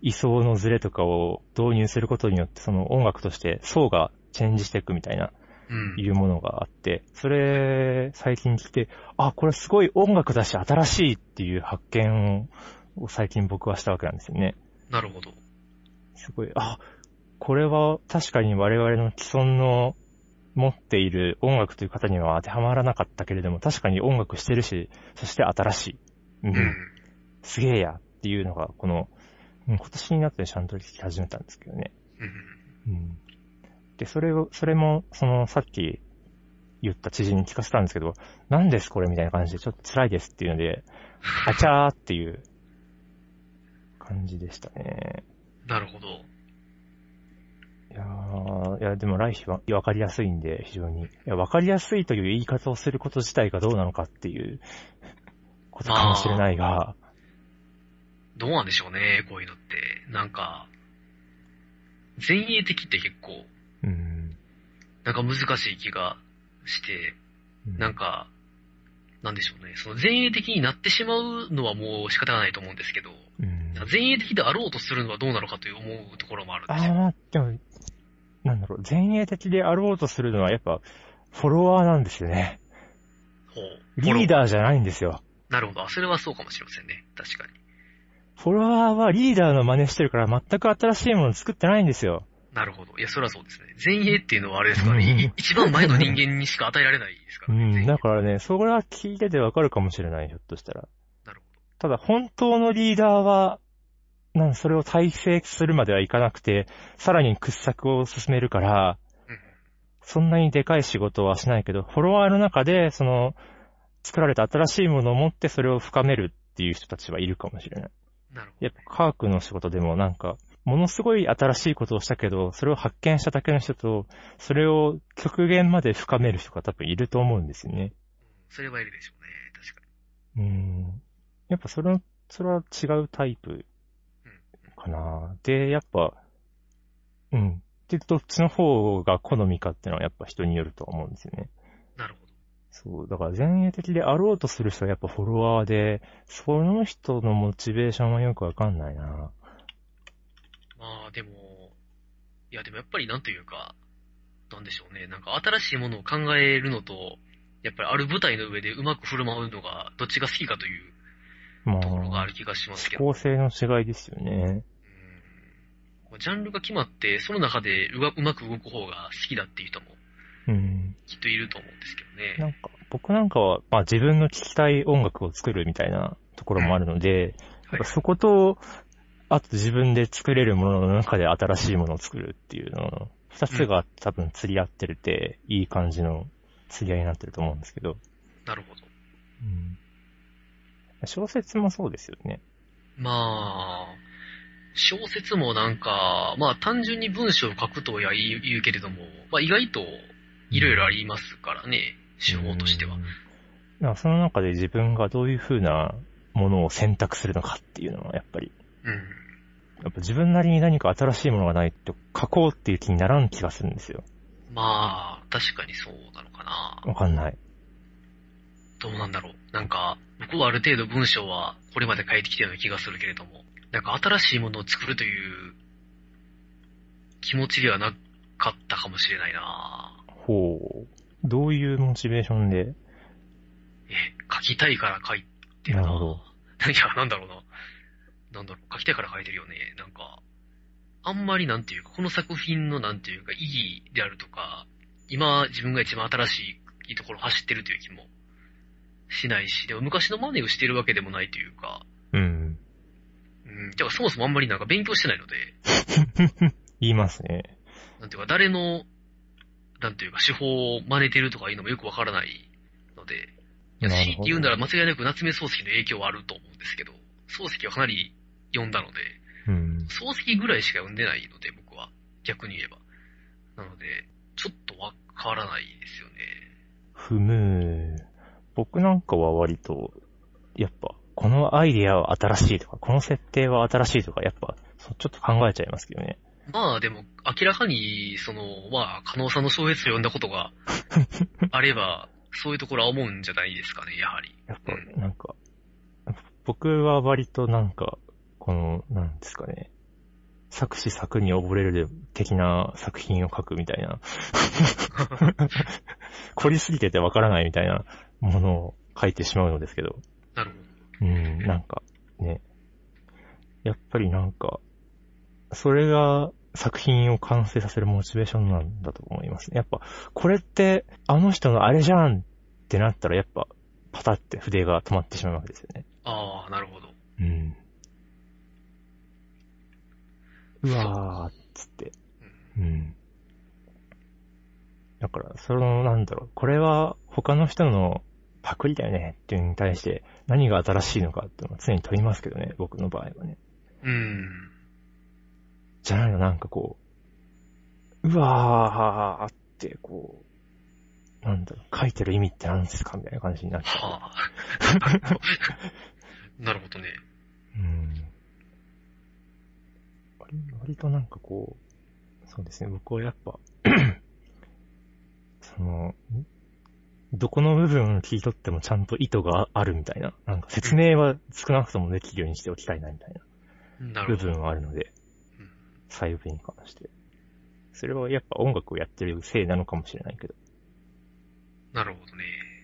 S1: 位相のズレとかを導入することによって、その音楽として層がチェンジしていくみたいな、
S2: うん。
S1: いうものがあって、それ、最近聞いて、あ、これすごい音楽だし新しいっていう発見を最近僕はしたわけなんですよね。
S2: なるほど。
S1: すごい、あ、これは確かに我々の既存の持っている音楽という方には当てはまらなかったけれども、確かに音楽してるし、そして新しい。う、
S2: うんん。
S1: すげえやっていうのが、この、うん今年になってちゃんと聞き始めたんですけどね。
S2: うん。
S1: うん。で、それを、それも、その、さっき言った知人に聞かせたんですけど、何ですこれみたいな感じで、ちょっと辛いですっていうので、あちゃーっていう感じでしたね。
S2: なるほど。
S1: いやー、いや、でも来週はわかりやすいんで、非常に。いや、わかりやすいという言い方をすること自体がどうなのかっていうことかもしれないが、
S2: どうなんでしょうね、こういうのって。なんか、前衛的って結構、
S1: うん。
S2: なんか難しい気がして、なん
S1: か、
S2: か、なんでしょうね。その前衛的になってしまうのはもう仕方がないと思うんですけど、
S1: うん。
S2: 前衛的であろうとするのはどうなのかという思うところもあるんですよ。
S1: ああ、でも、なんだろう、前衛的であろうとするのはやっぱ、フォロワーなんですよね。
S2: ほう。
S1: リーダーじゃないんですよ。
S2: なるほど。それはそうかもしれませんね。確かに。
S1: フォロワーはリーダーの真似してるから全く新しいもの作ってないんですよ。
S2: なるほど。いや、それはそうですね。前衛っていうのはあれですからね。い一番前の人間にしか与えられないですか
S1: う
S2: らね。前衛
S1: ん、だからね、それは聞いててわかるかもしれない、ひょっとしたら。
S2: なるほど。
S1: ただ、本当のリーダーは、なんそれを体制するまではいかなくて、さらに掘削を進めるから、
S2: うん
S1: そんなにでかい仕事はしないけど、フォロワーの中で、その、作られた新しいものを持ってそれを深めるっていう人たちはいるかもしれない。
S2: なるほど。
S1: やっぱ科学の仕事でもなんか、ものすごい新しいことをしたけど、それを発見しただけの人と、それを極限まで深める人が多分いると思うんですよね。
S2: それはいるでしょうね。確か
S1: うん。やっぱそれは、それは違うタイプかな。で、やっぱ、うん。で、どっちの方が好みかってのはやっぱ人によるとは思うんですよね。
S2: に。なるほど。
S1: そう。だから前衛的であろうとする人はやっぱフォロワーで、その人のモチベーションはよくわかんないな。
S2: まあ、でも、いや、でもやっぱりなんというか、なんでしょうね。なんか新しいものを考えるのと、やっぱりある舞台の上でうまく振る舞うのが、どっちが好きかという
S1: ま
S2: ところがあ
S1: あ、
S2: る気がしますけ
S1: 思
S2: ど。
S1: 考性の違いですよね。
S2: うんまあジャンルが決まって、その中でうわうまく動く方が好きだっていう人も
S1: うん。
S2: きっといると思うんですけどね。
S1: なんか、僕なんかは、まあ自分の聴きたい音楽を作るみたいなところもあるので、
S2: は
S1: なんかそこと、あと自分で作れるものの中で新しいものを作るっていうのの、二つが多分釣り合ってるって、いい感じの釣り合いになってると思うんですけど、
S2: なるほど。
S1: うん小説もそうですよね。
S2: まあ、小説もなんか、まあ単純に文章を書くとは言う言うけれども、まあ意外といろいろありますからね、手法としては
S1: うん。。なんかその中で自分がどういう風なものを選択するのかっていうのはやっぱり、
S2: うん。
S1: やっぱ自分なりに何か新しいものがないと書こうっていう気にならん気がするんですよ。
S2: まあ、確かにそうなのかな。
S1: わかんない。
S2: どうなんだろう。なんか、僕はある程度文章はこれまで書いてきたような気がするけれども、なんか新しいものを作るという気持ちではなかったかもしれないな。
S1: ほう。どういうモチベーションで
S2: え、書きたいから書いてるな。
S1: なるほど
S2: いや、なんだろうな。なんだろう、書きたいから書いてるよね。なんか、あんまりなんていうか、この作品のなんていうか、意義であるとか、今自分が一番新しいところを走ってるという気もしないし、でも昔のマネをしてるわけでもないというか、
S1: うん。
S2: うん、てかそもそもあんまりなんか勉強してないので、
S1: 言いますね。
S2: なんていうか、誰の、なんていうか、手法を真似てるとかいうのもよくわからないので、いや、
S1: な
S2: 強
S1: る
S2: いて
S1: ほど
S2: 言うなら間違いなく夏目漱石の影響はあると思うんですけど、漱石はかなり読んだので、
S1: うん。
S2: 漱石ぐらいしか読んでないので、僕は。逆に言えば。なので、ちょっとわからないですよね。
S1: ふむー。僕なんかは割と、やっぱ、このアイディアは新しいとか、この設定は新しいとか、やっぱ、そちょっと考えちゃいますけどね。
S2: まあでも、明らかに、その、まあ、加納さんの小説を読んだことがあれば、そういうところは思うんじゃないですかね、やはり。
S1: やっぱ、なんか、僕は割となんか、この、なんですかね、作詞作に溺れる的な作品を書くみたい <laughs> な、凝りすぎててわからないみたいなものを書いてしまうのですけど、
S2: なるほど。
S1: うん、なんかね、やっぱりなんか、それが作品を完成させるモチベーションなんだと思いますね。やっぱ、これって、あの人のあれじゃんってなったら、やっぱ、パタって筆が止まってしまうわけですよね。
S2: ああ、なるほど。
S1: うん。うわーっつって。うん。だから、その、なんだろう、これは他の人のパクリだよねっていうのに対して何が新しいのかっていうのは常に問いますけどね、僕の場合はね。
S2: うん。
S1: じゃないの、なんかこう、うわーって、こう、なんだろう、書いてる意味って何ですかみたいな感じになっちゃう。
S2: はあ。 <laughs> なるほどね。
S1: うん割割となんかこう、そうですね、僕はやっぱ、 <clears throat> その、んどこの部分を切り取ってもちゃんと意図があるみたいな、なんか説明は少なくともできるようにしておきたいなみたい
S2: な
S1: な
S2: る
S1: 部
S2: ほど。
S1: 分はあるので
S2: うん、
S1: 細部に関して。それはやっぱ音楽をやってるせいなのかもしれないけど。
S2: なるほどね。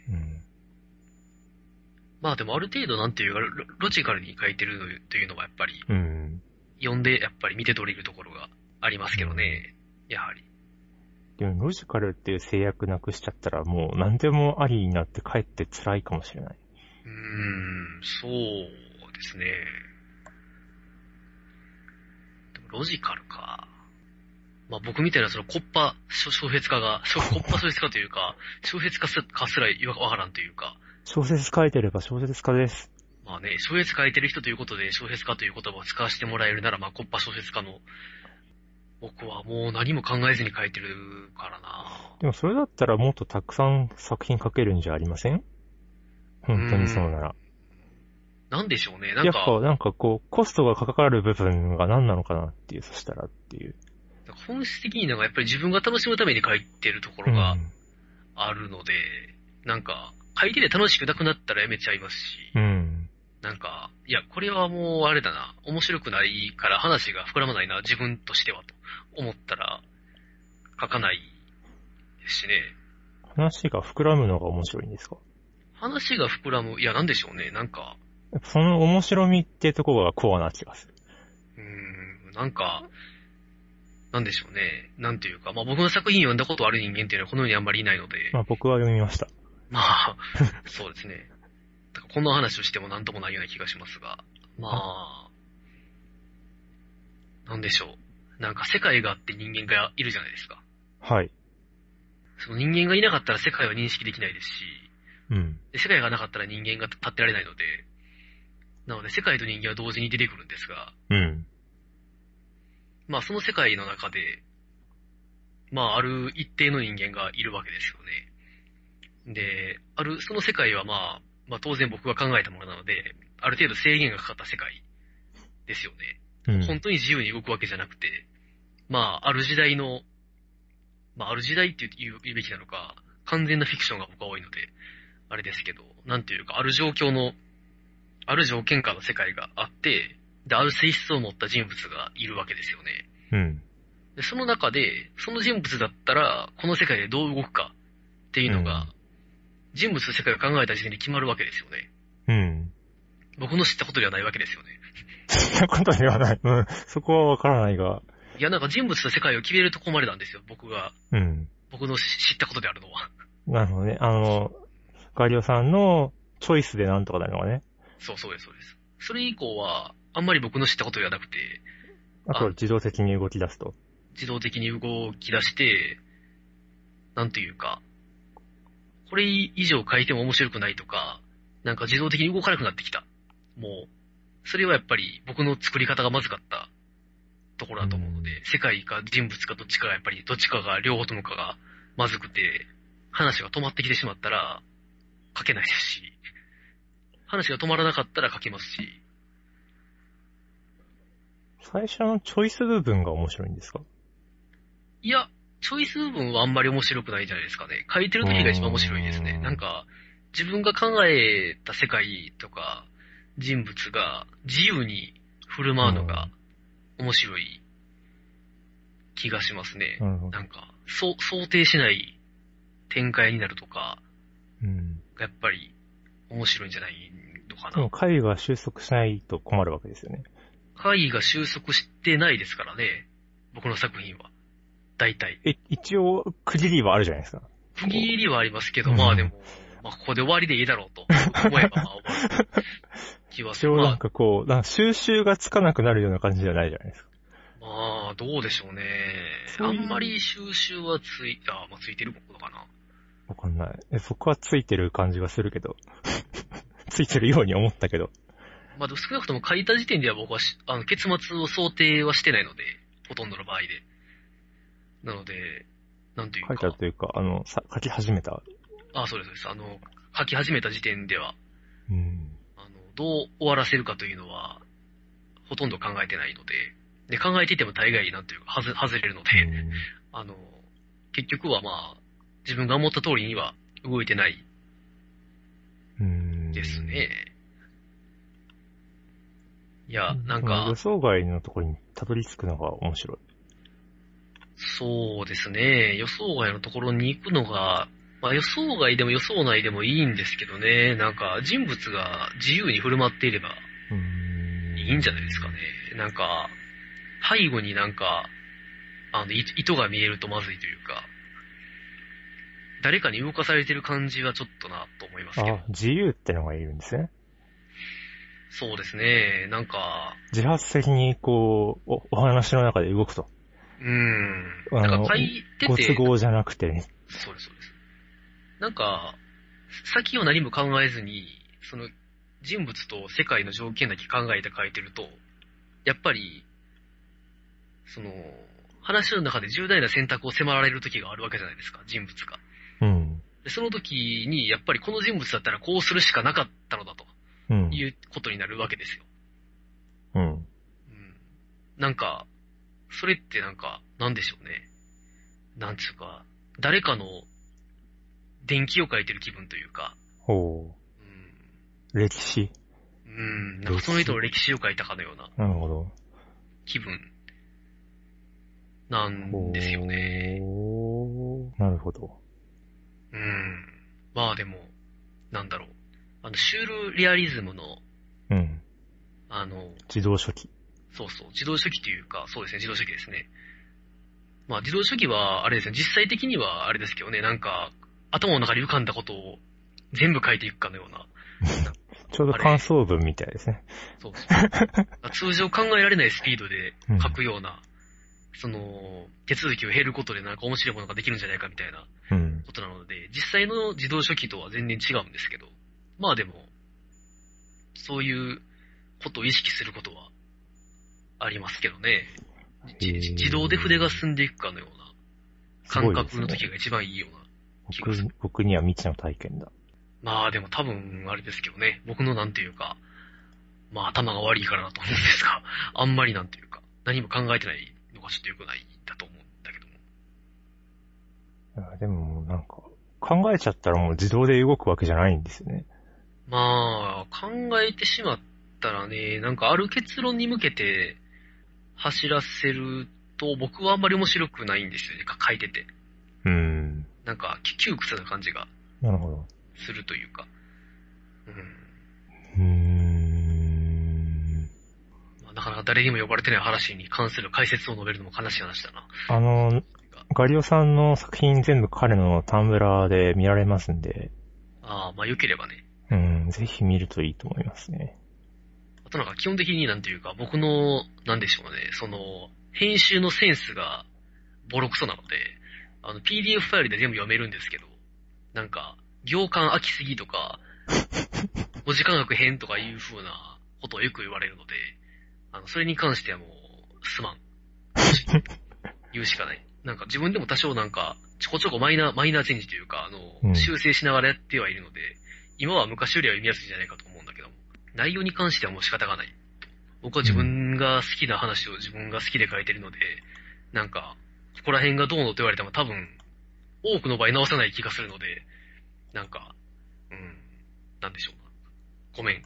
S1: うん。
S2: まあでもある程度なんていうか、ロロジカルに書いてるというのはやっぱり、
S1: うん。
S2: 読んでやっぱり見て取れるところがありますけどね。やはり。
S1: でもロジカルっていう制約なくしちゃったらもう何でもありになって帰って辛いかもしれない。
S2: うーん、そうですね。でもロジカルか。まあ僕みたいなそのコッパ小小説家が、小コッパ小説家というか、小説家すかすらわからんというか、
S1: 小説書いてれば小説家です。
S2: まあね、小説書いてる人ということで小説家という言葉を使わせてもらえるなら、まあコッパ小説家の、僕はもう何も考えずに書いてるからな。
S1: でもそれだったらもっとたくさん作品書けるんじゃありません本当にそうなら。
S2: なんでしょうね、な
S1: や
S2: ん
S1: っ
S2: か、
S1: ぱなんかこう、コストがかかる部分が何なのかなっていう、そしたらっていう。
S2: 本質的になんかやっぱり自分が楽しむために書いてるとこ
S1: う
S2: ろ
S1: ん。
S2: が、あるので、なんか、書いてて楽しくなくなったらやめちゃいますし、
S1: うん。
S2: なんか、いや、これはもうあれだな、面白くないから話が膨らまないな、自分としては、と思ったら、書かないしね、
S1: 話が膨らむのが面白いんですか
S2: 話が膨らむ、いや、なんでしょうね、なんか、
S1: やっぱその面白みってところがコアな気がする。
S2: うーん、なんか、なんでしょうね、なんていうか、まあ僕の作品読んだことある人間っていうのはこの世にあんまりいないので、
S1: まあ僕は読みました。
S2: まあ、 <laughs> そうですね。だからこんな話をしてもなんともないような気がしますが、まあ、なんでしょう。なんか世界があって人間がいるじゃないですか。
S1: はい。
S2: その人間がいなかったら世界は認識できないですし、
S1: うん。
S2: で世界がなかったら人間が立ってられないので、なので世界と人間は同時に出てくるんですが、
S1: うん。
S2: まあその世界の中で、まあある一定の人間がいるわけですよね。で、ある、その世界はまあ、まあ当然僕が考えたものなので、ある程度制限がかかった世界ですよね。
S1: うん。
S2: 本当に自由に動くわけじゃなくて、まあある時代の、まあある時代って言う言うべきなのか、完全なフィクションが僕は多いので、あれですけど、なんていうか、ある状況の、ある条件下の世界があって、で、ある性質を持った人物がいるわけですよね。
S1: うん。
S2: で、その中で、その人物だったら、この世界でどう動くかっていうのが、
S1: うん
S2: 人物の世界を考えた時点で決まるわけですよね。
S1: うん。 <laughs>
S2: 僕の知ったことではないわけですよね。
S1: そんなことではない。うん。そこはわからないが。
S2: いや、なんか人物の世界を決めるとこまでなんですよ、僕が、
S1: うん。
S2: 僕の知ったことであるのは。
S1: なるほどね。あの、ガリオさんのチョイスでなんとかなるのがね。
S2: そうそうです、そうです。それ以降は、あんまり僕の知ったことではなくて、
S1: あと自動的に動き出すと。
S2: 自動的に動き出して、なんというか、これ以上書いても面白くないとか、なんか自動的に動かなくなってきた。もう、それはやっぱり僕の作り方がまずかったところだと思うので、
S1: う
S2: 世界か人物かどっちかがやっぱり、どっちかが両方ともかがまずくて、話が止まってきてしまったら書けないですし、話が止まらなかったら書けますし、
S1: 最初のチョイス部分が面白いんですか
S2: いや、チョイス部分はあんまり面白くないんじゃないですかね。書いてる時が一番面白いです
S1: う
S2: ね
S1: ん。
S2: なんか、自分が考えた世界とか、人物が自由に振る舞うのが面白い気がしますね。
S1: なるほど。
S2: なんか、そう、想定しない展開になるとか、
S1: うん。
S2: やっぱり面白いんじゃないのか
S1: で
S2: な
S1: も。会が収束しないと困るわけですよね。
S2: 会議が収束してないですからね。僕の作品は。大体。
S1: え、一応、区切りはあるじゃないですか。
S2: 区切りはありますけど、
S1: うん
S2: まあでも、まあここで終わりでいいだろうと思えば、まあ終わる気はす
S1: 一 <laughs>
S2: る。
S1: 応な
S2: ま
S1: ん
S2: あ、
S1: かこう、なんか収集がつかなくなるような感じじゃないじゃないですか。
S2: まあ、どうでしょうね。
S1: そう
S2: あ
S1: いうん
S2: まり収集はついた、まあついてることかな。
S1: わかんない。え、そこはついてる感じがするけど。 <laughs> ついてるように思ったけど。
S2: まあでも少なくとも書いた時点では僕はし、あの、結末を想定はしてないので、ほとんどの場合で。なので、なんという
S1: 書い
S2: か
S1: た。というか、あの、さ書き始めた。
S2: あ、そうです、そうです。あの、書き始めた時点では、
S1: うん。
S2: あの、どう終わらせるかというのは、ほとんど考えてないので、で、考えていても大概なんていうか、はず、外れるので、
S1: うん
S2: あの、結局はまあ、自分が思った通りには動いてない
S1: うん。
S2: ですね。いうや、
S1: ん。
S2: なん
S1: その
S2: か
S1: 予、想外のところにたどり着くのが面白い。
S2: そうですね、予想外のところに行くのが、まあ予想外でも予想内でもいいんですけどね、なんか人物が自由に振る舞っていれば
S1: うん。
S2: いいんじゃないですかね。なんか、背後になんか、あの、い糸が見えるとまずいというか、誰かに動かされてる感じはちょっとなと思いますけど
S1: あ、。自由ってのがいるんですね。
S2: そうですね、なんか、
S1: 自発的にこう、おお話の中で動くと。
S2: うーん、
S1: あの
S2: なんか書いて
S1: ご
S2: て、
S1: 都合じゃなくてね。
S2: そうです、そうです。なんか、先を何も考えずに、その、人物と世界の条件だけ考えて書いてると、やっぱり、その、話の中で重大な選択を迫られる時があるわけじゃないですか、人物が。
S1: うん。
S2: でその時に、やっぱりこの人物だったらこうするしかなかったのだと
S1: うん。
S2: いうことになるわけですよ。
S1: うん。
S2: うんなんか、それってなんか、なんでしょうね。なんつうか、誰かの電気を書いてる気分というか、
S1: ほう。歴史。
S2: うん、うんなんかその人の歴史を書いたかのような
S1: なるほど。
S2: 気分なん
S1: ほう
S2: ですよね。。
S1: なるほど。
S2: うん。まあでも、なんだろう。あの、シュールリアリズムの、
S1: うん。
S2: あの、
S1: 自動書記。
S2: そうそう、自動書記というか、そうですね、自動書記ですね。まあ、自動書記は、あれですね、実際的にはあれですけどね、なんか、頭の中に浮かんだことを全部書いていくかのような。
S1: ちょうど感想文みたいですね。
S2: そ
S1: <laughs>
S2: うそう。通常考えられないスピードで
S1: うん
S2: 書くような、その、手続きを経ることでなんか面白いものができるんじゃないかみたいな
S1: うん。
S2: ことなので、実際の自動書記とは全然違うんですけど、まあでも、そういうことを意識することはありますけどね。じ
S1: へー
S2: 自動で筆が進んでいくかのような
S1: すご
S2: 感
S1: いです
S2: 覚
S1: ね
S2: の時が一番いいような。気がす
S1: 僕僕には未知の体験だ。
S2: まあでも多分あれですけどね、僕のなんていうか、まあ頭が悪いからだと思うんですが、あんまりなんていうか、何も考えてないのがちょっと良くないんだと思うんだけども。
S1: あでも、なんか、考えちゃったらもう自動で動くわけじゃないんですよね。
S2: まあ、考えてしまったらね、なんかある結論に向けて走らせると僕はあんまり面白くないんですよね、か書いてて。
S1: うん。
S2: なんか窮屈な感じが
S1: なるほど。
S2: するというか。
S1: うー
S2: うん。
S1: ん。
S2: まあなかなか誰にも呼ばれてない話に関する解説を述べるのも悲しい話だな。
S1: あの、ガリオさんの作品全部彼のタンブラーで見られますんで、
S2: ああ、まあ良ければね。
S1: うん、ぜひ見るといいと思いますね。
S2: あとなんか基本的になんていうか、僕の、なんでしょうね、その、編集のセンスがボロクソなので、あの、PDF ファイルで全部読めるんですけど、なんか、行間空きすぎ
S1: <laughs>
S2: とか、文字間隔変とかいう風なことをよく言われるので、あの、それに関してはもう、すまん。言うしかない。なんか自分でも多少なんか、ちょこちょこマイナー、マイナーチェンジというか、あ
S1: う
S2: の、
S1: ん
S2: 修正しながらやってはいるので、今は昔よりは読みやすいんじゃないかと思うんだけども、内容に関してはもう仕方がない。僕は自分が好きな話を自分が好きで書いてるので、なんか、ここら辺がどうのって言われても多分、多くの場合直せない気がするので、なんか、うん、なんでしょうな。ごめん。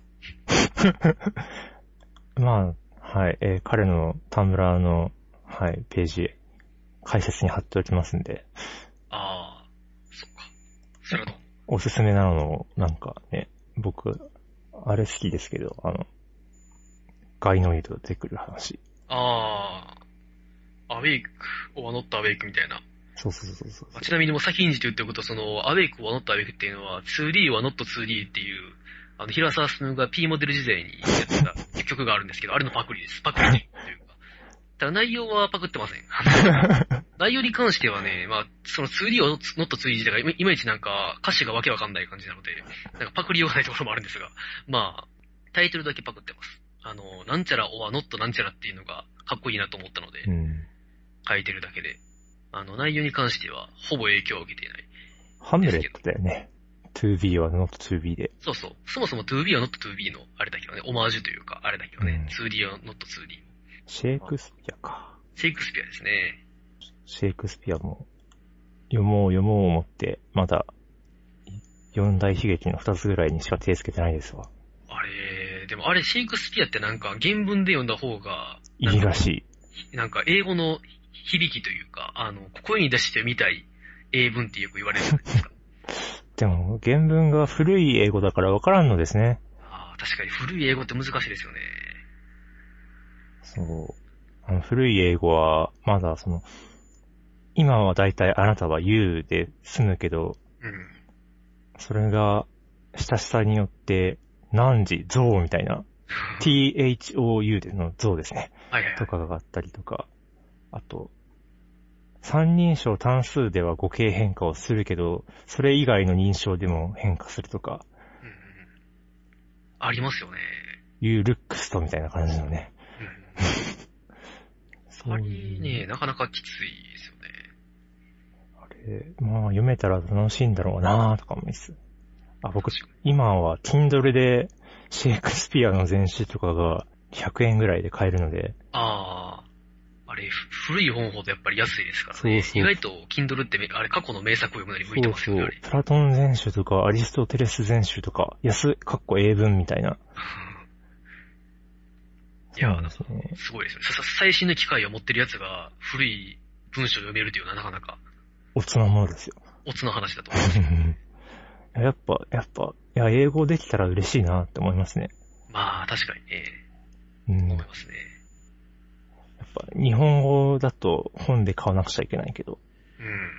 S1: まあ、はい、えー彼のタンブラーの、はい、ページ、解説に貼っておきますんで、
S2: ああ、そっか。それはどう
S1: おすすめなのを、なんかね、僕、あれ好きですけど、あの、ガイノイド出てくる話。
S2: ああ、アウェイク、オアノットアウェイクみたいな。
S1: そうそうそうそう
S2: あちなみにもう先んじて言っておくと、その、アウェイク、オアノットアウェイクっていうのは、2D はノット 2D っていう、あの、平沢進が P モデル時代にやってた曲があるんですけど、あれのパクリです。パクリというか。ただ内容はパクってません。内容に関してはね、まあ、その 2D をノット 2D 自体がいいまいちなんか歌詞がわけわかんない感じなので、なんかパクりようがないところもあるんですが、まあ、タイトルだけパクってます。あの、なんちゃらオアノットなんちゃらっていうのがかっこいいなと思ったので、
S1: うん。
S2: 書いてるだけで。あの、内容に関しては、ほぼ影響を受けていない。
S1: ハムレットだよね。2B は not 2B で。
S2: そうそう。そもそも 2B は not 2B の、あれだけどね、オマージュというか、あれだけどね、
S1: う
S2: 2D は not 2D。
S1: シェイクスピアか。
S2: シェイクスピアですね。
S1: シェイクスピアも、読もう読もう思って、まだ、四大悲劇の二つぐらいにしか手つけてないですわ。
S2: あれ、でもあれ、シェイクスピアってなんか、原文で読んだ方が、
S1: いいら
S2: い。
S1: し
S2: なんか、英語の響きというか、あの、声に出してみたい英文ってよく言われるじゃないですか。
S1: い。でも、原文が古い英語だからわからんのですね。
S2: ああ、確かに古い英語って難しいですよね。
S1: そう。あの、古い英語は、まだその、今はだいたいあなたは you で済むけど、
S2: うん。
S1: それが、親しさによって、何時、像みたいな、thou での像ですね。
S2: はいはいは
S1: と
S2: い。
S1: かがあったりとか、あと、三人称単数では語形変化をするけど、それ以外の認証でも変化するとか、
S2: うんうんうんありますよね。
S1: いうルックスとみたいな感じのね。
S2: うん
S1: そ
S2: あ
S1: う
S2: れ
S1: いう
S2: ね、なかなかきついですよね。
S1: あれ、まあ読めたら楽しいんだろうなとか思います。あ、僕、
S2: 確か
S1: 今は Kindle でシェイクスピアの全集とかが100円ぐらいで買えるので、
S2: ああ、あれ、ふ古い本ほどやっぱり安いですからね。
S1: そうそう
S2: 意外と Kindle ってめ、あれ過去の名作を読むのに向いてますよね、あれ。
S1: プラトン全集とかアリストテレス全集とか、安、かっこ英文みたいな。
S2: いや
S1: そうなんですね。
S2: すごいですよね。ささ最新の機械を持ってるやつが古い文章を読めるというのはなかなか、
S1: おつなものですよ。
S2: オツの話だと
S1: <laughs>
S2: 思います。
S1: うんやっぱ、やっぱ、いや、英語できたら嬉しいなって思いますね。
S2: まあ、確かにね、
S1: うん。や
S2: 思
S1: っ
S2: いますね。
S1: ぱ、日本語だと本で買わなくちゃいけないけど、
S2: うん。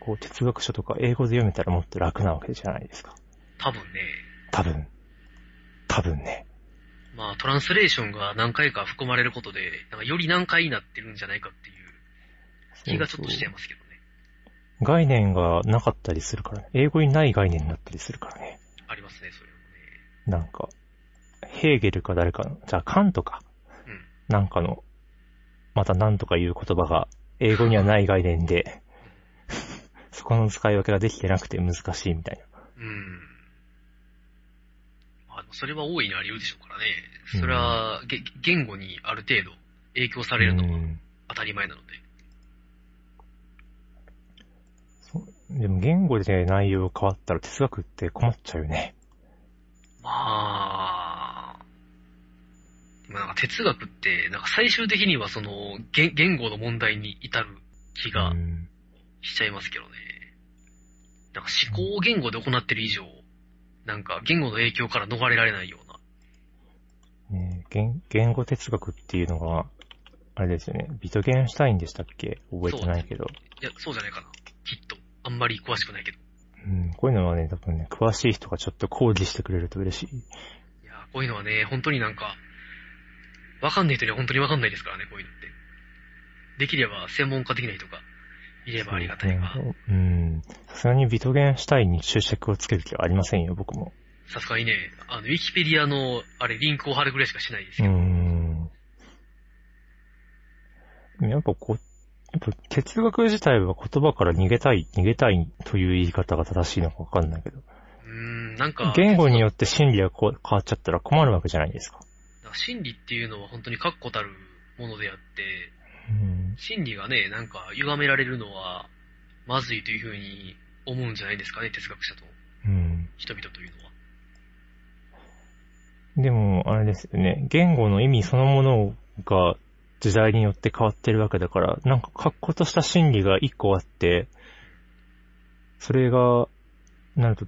S1: こう、哲学書とか英語で読めたらもっと楽なわけじゃないですか。
S2: 多分ね、
S1: 多分。多分ね。
S2: まあ、トランスレーションが何回か含まれることで、なんかより難解になってるんじゃないかっていう気がちょっとしちゃい
S1: そう
S2: ますけど
S1: そう
S2: ね。
S1: 概念がなかったりするからね。英語にない概念になったりするからね。
S2: ありますね、それもね。
S1: なんか、ヘーゲルか誰かの、じゃあカントか、
S2: うん
S1: なんかの、また何とかいう言葉が、英語にはない概念で、 <laughs> そこの使い分けができてなくて難しいみたい
S2: うん。まあ、でもそれは大いにあり得るでしょうからね。それは、げ言語にある程度影響さ
S1: な。
S2: れるの
S1: う
S2: は
S1: ん
S2: 当たり前なので。
S1: そうでも言語で内容変わったら哲学って困っちゃうよね。
S2: まあ、まあ、なんか哲学って、なんか最終的にはその言言語の問題に至る気が
S1: うん
S2: しちゃいますけどね。なんか思考を言語で行ってる以上、なんか言語の影響から逃れられないような。
S1: ね言言語哲学っていうのが、あれですよね。ビトゲンシュタインでしたっけ覚えてないけど。
S2: いや、そうじゃないかな。きっと。あんまり詳しくないけど。
S1: うん、こういうのはね、多分ね、詳しい人がちょっと講義してくれると嬉しい。
S2: いやーこういうのはね、本当になんか、わかんない人には本当にわかんないですからね、こういうのって。できれば専門家的な人がいればありがたいが、
S1: うん。さすがにビトゲンシュタインに注釈をつける気はありませんよ、僕も。
S2: さすがにね、あの、ウィキペディアの、あれ、リンクを貼るぐらいしかしないで
S1: う
S2: すけど、
S1: ん。でもやっぱこう、やっぱ哲学自体は言葉から逃げたい、逃げたいという言い方が正しいのかわかんないけど、
S2: うーん、なんか、
S1: 言語によって真理がこう変わっちゃったら困るわけじゃないですか。
S2: なんか心理っていうのは本当に確固たるものであって、
S1: うん。
S2: 心理がね、なんか歪められるのは、まずいというふうに思うんじゃないですかね、哲学者と
S1: うん。
S2: 人々というのは。
S1: でも、あれですよね。言語の意味そのものが時代によって変わってるわけだから、なんか格好とした心理が一個あって、それが、なんと、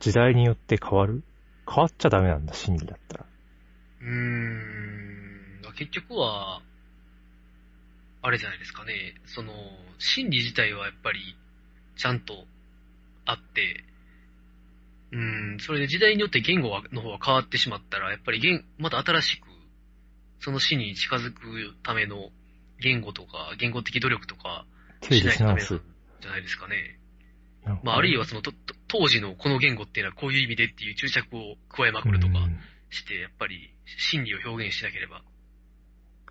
S1: 時代によって変わる変わっちゃダメなんだ、心理だったら。
S2: うーん、だから結局は、あれじゃないですかね、その、心理自体はやっぱり、ちゃんとあって、うーん、それで時代によって言語はの方が変わってしまったら、やっぱり言、また新しく、その心理に近づくための言語とか、言語的努力とか、
S1: テイ
S2: し
S1: デ
S2: ない
S1: ス
S2: と
S1: ナ
S2: ダ
S1: ウ
S2: メなん
S1: ス。
S2: じゃないですかね。
S1: なんか
S2: まあ、あるいはその、とと当時のこの言語っていうのはこういう意味でっていう注釈を加えまくるとか、
S1: うん
S2: して、やっぱり真理を表現しなければ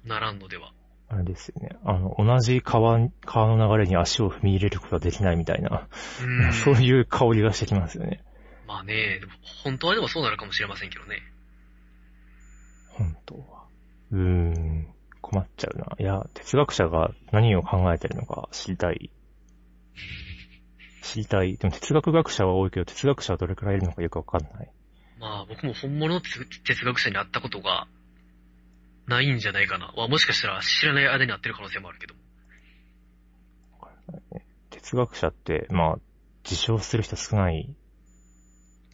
S2: ならんのでは。
S1: あれですよね。あの、同じ川、川の流れに足を踏み入れることはできないみたいな、
S2: うー
S1: <laughs>
S2: ん
S1: そういう香りがしてきますよね。
S2: まあね、でも本当はでもそうなるかもしれませんけどね。
S1: 本当は。うーん、困っちゃうな。いや、哲学者が何を考えてるのか知りたい。知りたい。でも哲学学者は多いけど、哲学者はどれくらいいるのかよくわかんない。
S2: まあ僕も本物の哲哲学者になったことがないんじゃないかな。はもしかしたら知らない間になってる可能性もあるけど。
S1: 哲学者って、まあ、自称する人少ない。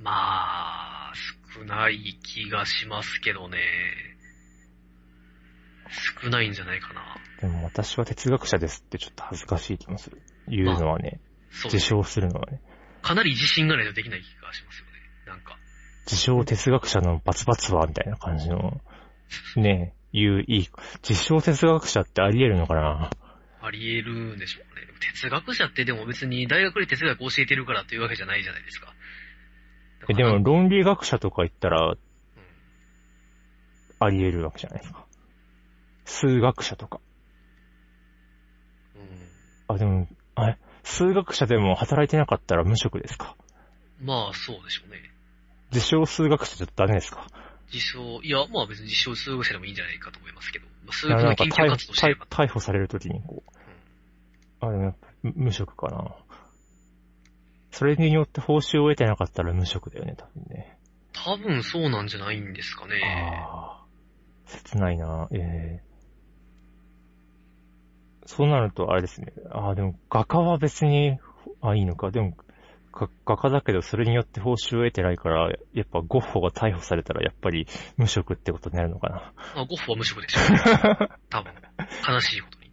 S2: まあ、少ない気がしますけどね。少ないんじゃないかな。
S1: でも私は哲学者ですってちょっと恥ずかしい気もする。言うのはね、
S2: そう
S1: 自
S2: ですね。
S1: 称するのはね。
S2: かなり自信がないとできない気がしますよね。なんか。
S1: 自称哲学者のバツバツは、みたいな感じの、ね、いう、いい、自称哲学者ってあり得るのかな
S2: あり得るんでしょうね。哲学者ってでも別に大学で哲学を教えてるからというわけじゃないじゃないですか。
S1: えでも
S2: うん、
S1: 論理学者とか言ったら、あり得るわけじゃないですか。数学者とか。あ、でも、あれ数学者でも働いてなかったら無職ですか
S2: うんまあそうでしょうね。
S1: 自称数学者じゃダメですか
S2: 自称、いや、まあ別に自称数学者でもいいんじゃないかと思いますけど、まあ、数
S1: い
S2: 学
S1: やな
S2: の
S1: んか
S2: 研究
S1: 逮捕
S2: 活動してれば、
S1: 逮逮捕されるときにこう。あ、でもやっぱ無無職かな。それによって報酬を得てなかったら無職だよね、多分ね。
S2: 多分そうなんじゃないんですかね。
S1: ああ、切ないな、ええそうなると、あれですね。ああ、でも、画家は別に、あ、いいのか。でも、が画家だけど、それによって報酬を得てないから、やっぱゴッホが逮捕されたら、やっぱり無職ってことになるのかな。
S2: まあゴッホは無職でしょう、ね。
S1: <laughs>
S2: 多分。悲しいことに。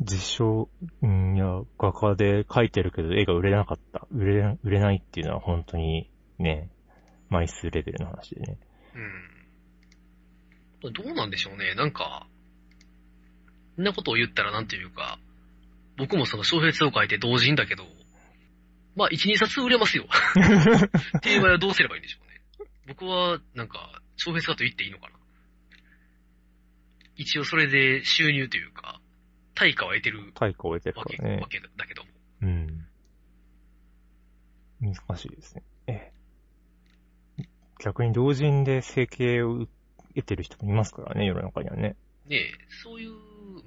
S1: 自称、うん、いや、画家で描いてるけど、絵が売れなかった。売れ、売れないっていうのは本当に、ね、枚数レベルの話でね。
S2: うん。どうなんでしょうね。なんか、そんなことを言ったらなんていうか、僕もその小説を書いて同人だけど、まあ、1、2冊売れますよ。っていう場合はどうすればいいんでしょうね。僕は、なんか、小説家と言っていいのかな。一応それで収入というか、対価は得てる
S1: 対価を得てるか
S2: わけ,、
S1: らね
S2: わ。けだけども。
S1: うん。難しいですね。ええ。逆に同人で生計を得てる人もいますからね、世の中にはね。
S2: ねえ、そういう、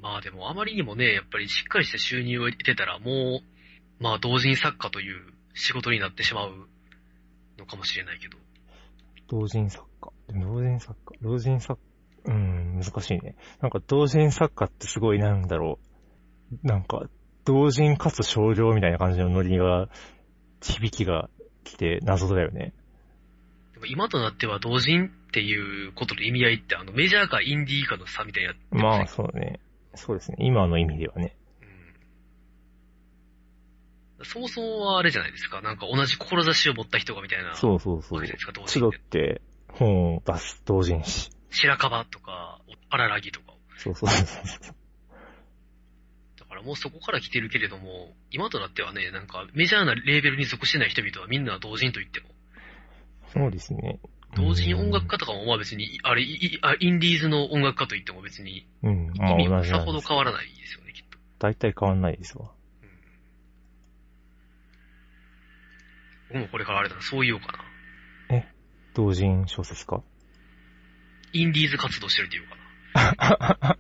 S2: まあでもあまりにもね、やっぱりしっかりした収入を得てたら、もう、まあ同人作家という仕事になってしまうのかもしれないけど。
S1: 同人作家。でも同人作家。同人作家。うん、難しいね。なんか同人作家ってすごいなんだろう。なんか、同人かつ少量みたいな感じのノリが、響きが来て謎だよね。
S2: でも今となっては同人っていうことの意味合いって、あのメジャーかインディーかの差みたいになって
S1: まあ
S2: すね
S1: そうね。そうですね。今の意味ではね。
S2: うん。そもそもはあれじゃないですか。なんか同じ志を持った人がみたいな。
S1: そうそうそう
S2: わけじゃない。ですか、同
S1: 千
S2: 人
S1: 鳥
S2: っ。
S1: ってて本を出す同人誌。
S2: 白樺とか、荒らぎとか。
S1: そうそうそうそう。
S2: だからもうそこから来てるけれども、今となってはね、なんかメジャーなレーベルに属してない人々はみんな同人と言っても、
S1: そうですね。
S2: 同人音楽家とかもまあ別に、あれ、いいあインディーズの音楽家と言っても別に、
S1: うん、まあ
S2: 意味
S1: 同
S2: は
S1: じ
S2: さ
S1: なん
S2: ほど
S1: です。
S2: 変わらないですよね、きっと。
S1: 大体変わんないですわ。
S2: うん僕もこれからあれだな、そう言おうかな。
S1: 同人小説家
S2: インディーズ活動してるっていうかな。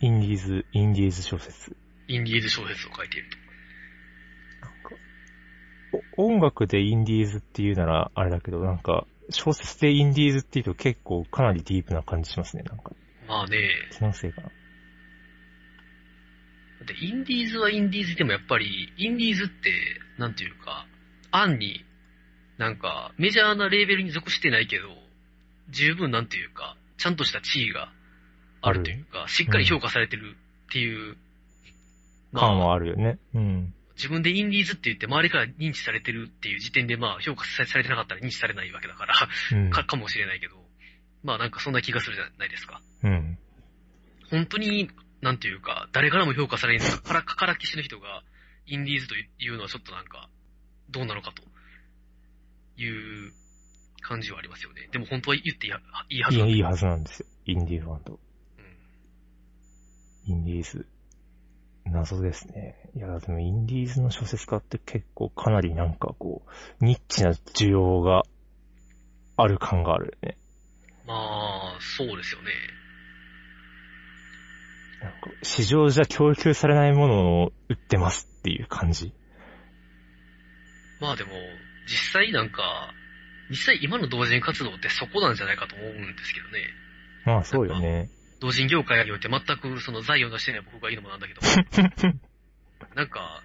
S1: インディーズ、インディーズ小説。
S2: インディーズ小説を書いていると。
S1: お音楽でインディーズっていうならあれだけど、なんか、小説でインディーズっていうと結構かなりディープな感じしますね、なんか。
S2: まあね、
S1: 気のせいかな。
S2: で、インディーズはインディーズでもやっぱり、インディーズって、なんていうか、案に、なんか、メジャーなレーベルに属してないけど、十分なんていうか、ちゃんとした地位があるというか、しっかり評価されてるっていう、ま
S1: 感
S2: あ、
S1: はあるよね。うん。
S2: 自分でインディーズって言って周りから認知されてるっていう時点で、まあ、評価されてなかったら認知されないわけだから、
S1: うん。
S2: か、かもしれないけど、まあなんかそんな気がするじゃないですか。
S1: うん。
S2: 本当に、なんていうか、誰からも評価されないから、かからきしの人が、インディーズというのはちょっとなんか、どうなのかと、いう感じはありますよね。でも本当は言っていいはいいはいずなん
S1: い、
S2: だ
S1: い
S2: け
S1: い
S2: ど
S1: はずなんですよ。インディーズバンド。インディーズ。謎ですね。いや、でもインディーズの小説家って結構かなりなんかこう、ニッチな需要がある感があるよね。
S2: うんまあ、そうですよね。
S1: なんか市場じゃ供給されないものを売ってますっていう感じ。
S2: まあでも、実際なんか、実際今の同人活動ってそこなんじゃないかと思うんですけどね。
S1: まあそうよね。
S2: 同人業界において全くその財を成してない僕が言うのもな
S1: <laughs>
S2: んだけど、なんか、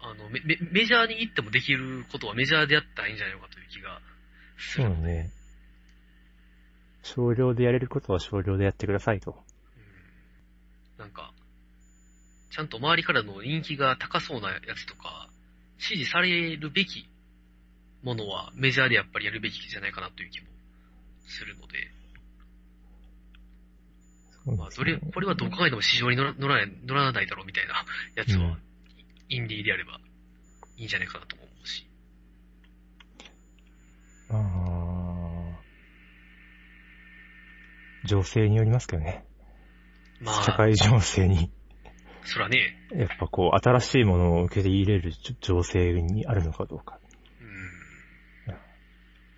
S2: あのメ、メメジャーに行ってもできることはメジャーでやったらいいんじゃないのかという気がす
S1: そう
S2: る。
S1: よね。少量でやれることは少量でやってくださいと。
S2: うんなんか、ちゃんと周りからの人気が高そうなやつとか、支持されるべきものはメジャーでやっぱりやるべきじゃないかなという気もするので、
S1: そう
S2: まあ、
S1: です
S2: ど
S1: ね
S2: れ、これはどう考えても市場に乗ら乗らない乗らないだろうみたい
S1: <laughs>
S2: なやつは、
S1: うん
S2: インディーであればいいんじゃないかなとも思うし。
S1: あー情勢によりますけどね。
S2: ま
S1: 社
S2: あ、
S1: 会情勢に。
S2: そらね、
S1: やっぱこう、新しいものを受け入れる情勢にあるのかどうか。
S2: う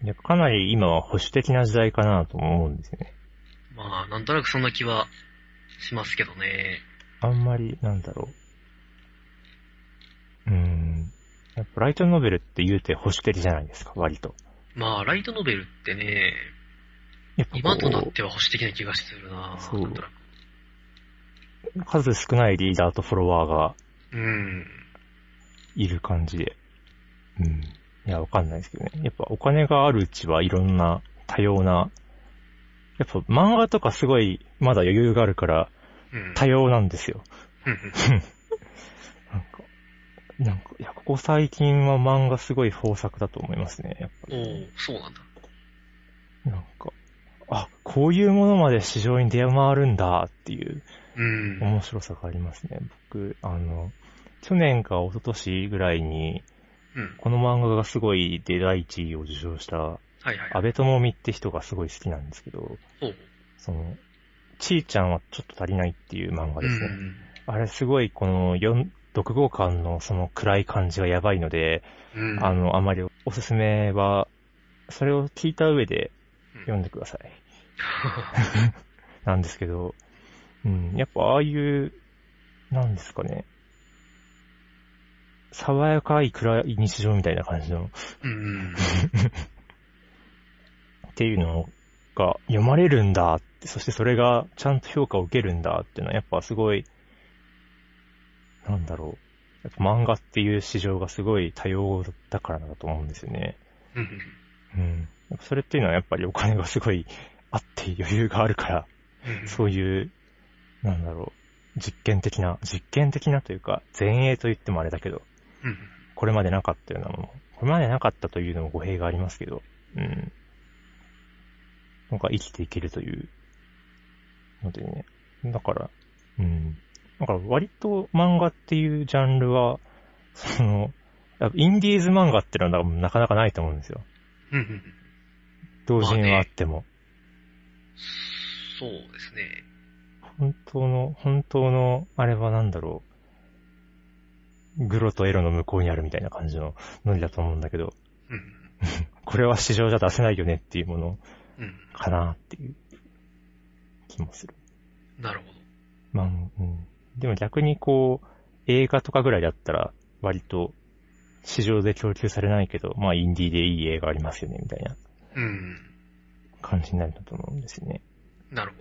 S2: ん、
S1: いやかなり今は保守的な時代かなとも思うんですよね。
S2: まあ、なんとなくそんな気はしますけどね。
S1: あんまり、なんだろう。うーん。やっぱライトノベルって言うて保守的じゃないですか、割と。
S2: まあ、ライトノベルってね、
S1: やっぱこう
S2: 今となっては保守的な気がするな
S1: そう
S2: なんとなく。
S1: 数少ないリーダーとフォロワーが
S2: うん。
S1: いる感じで。うん。いや、わかんないですけどね。やっぱお金があるうちはいろんな多様な、やっぱ漫画とかすごいまだ余裕があるから
S2: うん。
S1: 多様なんですよ。
S2: うんうん
S1: なんか、なんか、いや、ここ最近は漫画すごい豊作だと思いますね、やっぱ
S2: お
S1: り。
S2: うそうなんだ。
S1: なんか、あ、こういうものまで市場に出回るんだっていう
S2: うん。
S1: 面白さがありますね。僕、あの、去年か一昨年ぐらいに、
S2: うん。
S1: この漫画がすごいで第一位を受賞した、
S2: はいはい。
S1: 安倍智美って人がすごい好きなんですけど、
S2: ほう。
S1: その、ちーちゃんはちょっと足りないっていう漫画
S2: う
S1: ですね。
S2: ん。
S1: あれすごいこの4、6号館のその暗い感じがやばいので、
S2: うん。
S1: あの、あまりおすすめは、それを聞いた上で読んでくださ
S2: <laughs>
S1: い。なんですけど、うん、やっぱああいう、なんですかね。爽やかい暗い日常みたいな感じの、
S2: うん。
S1: っていうのが読まれるんだって、そしてそれがちゃんと評価を受けるんだっていうのはやっぱすごい、なんだろう。やっぱ漫画っていう市場がすごい多様だからだと思うんですよね。
S2: うん。
S1: うん。やっぱそれっていうのはやっぱりお金がすごいあって余裕があるから、
S2: うん
S1: そういう、なんだろう、実験的な、実験的なというか、前衛と言ってもあれだけど、
S2: うん。
S1: これまでなかったようなもの。これまでなかったというのも語弊がありますけど、うん。なんか生きていけるという、のでね。だから、うん。だから割と漫画っていうジャンルは、その、やっぱインディーズ漫画っていうのはなかなかないと思うんですよ。
S2: うんうん。
S1: 同人はあっても。
S2: そうですね。
S1: 本当の、本当の、あれはなんだろう。グロとエロの向こうにあるみたいな感じのノリだと思うんだけど、
S2: うん。
S1: これは市場じゃ出せないよねっていうもの
S2: うん。
S1: かなっていう気もする。
S2: なるほど。
S1: まあ、うん。でも逆にこう、映画とかぐらいだったら、割と、市場で供給されないけど、まあ、インディーでいい映画ありますよね、みたいな
S2: うん。
S1: 感じになるんだと思うんですよね。
S2: なるほ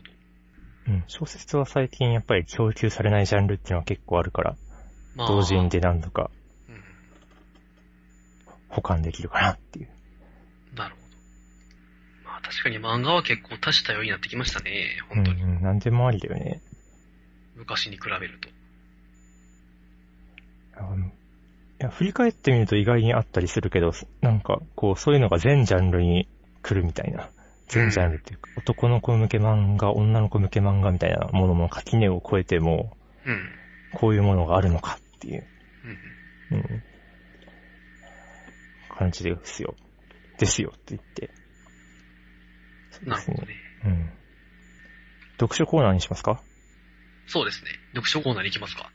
S2: ど。
S1: うん。小説は最近やっぱり供給されないジャンルっていうのは結構あるから、
S2: まあ、
S1: 同人で何度か
S2: うん。
S1: 保管できるかなっていう。
S2: なるほど。まあ確かに漫画は結構多種多様になってきましたね。
S1: うん、
S2: 本当に。
S1: うん。何でもありだよね。
S2: 昔に比べると。
S1: あのいや、振り返ってみると意外にあったりするけど、なんか、こう、そういうのが全ジャンルに来るみたいな。全ジャンルっていうか、男の子向け漫画、女の子向け漫画みたいなものの垣根を越えても、
S2: うん。うん
S1: こういうものがあるのかっていう、
S2: うん。
S1: うん。感じですよ。ですよって言って。そう
S2: な
S1: で
S2: る
S1: す
S2: ほど
S1: ね。
S2: ね。
S1: うん。読書コーナーにしますか
S2: そうですね。読書コーナーに行きますか。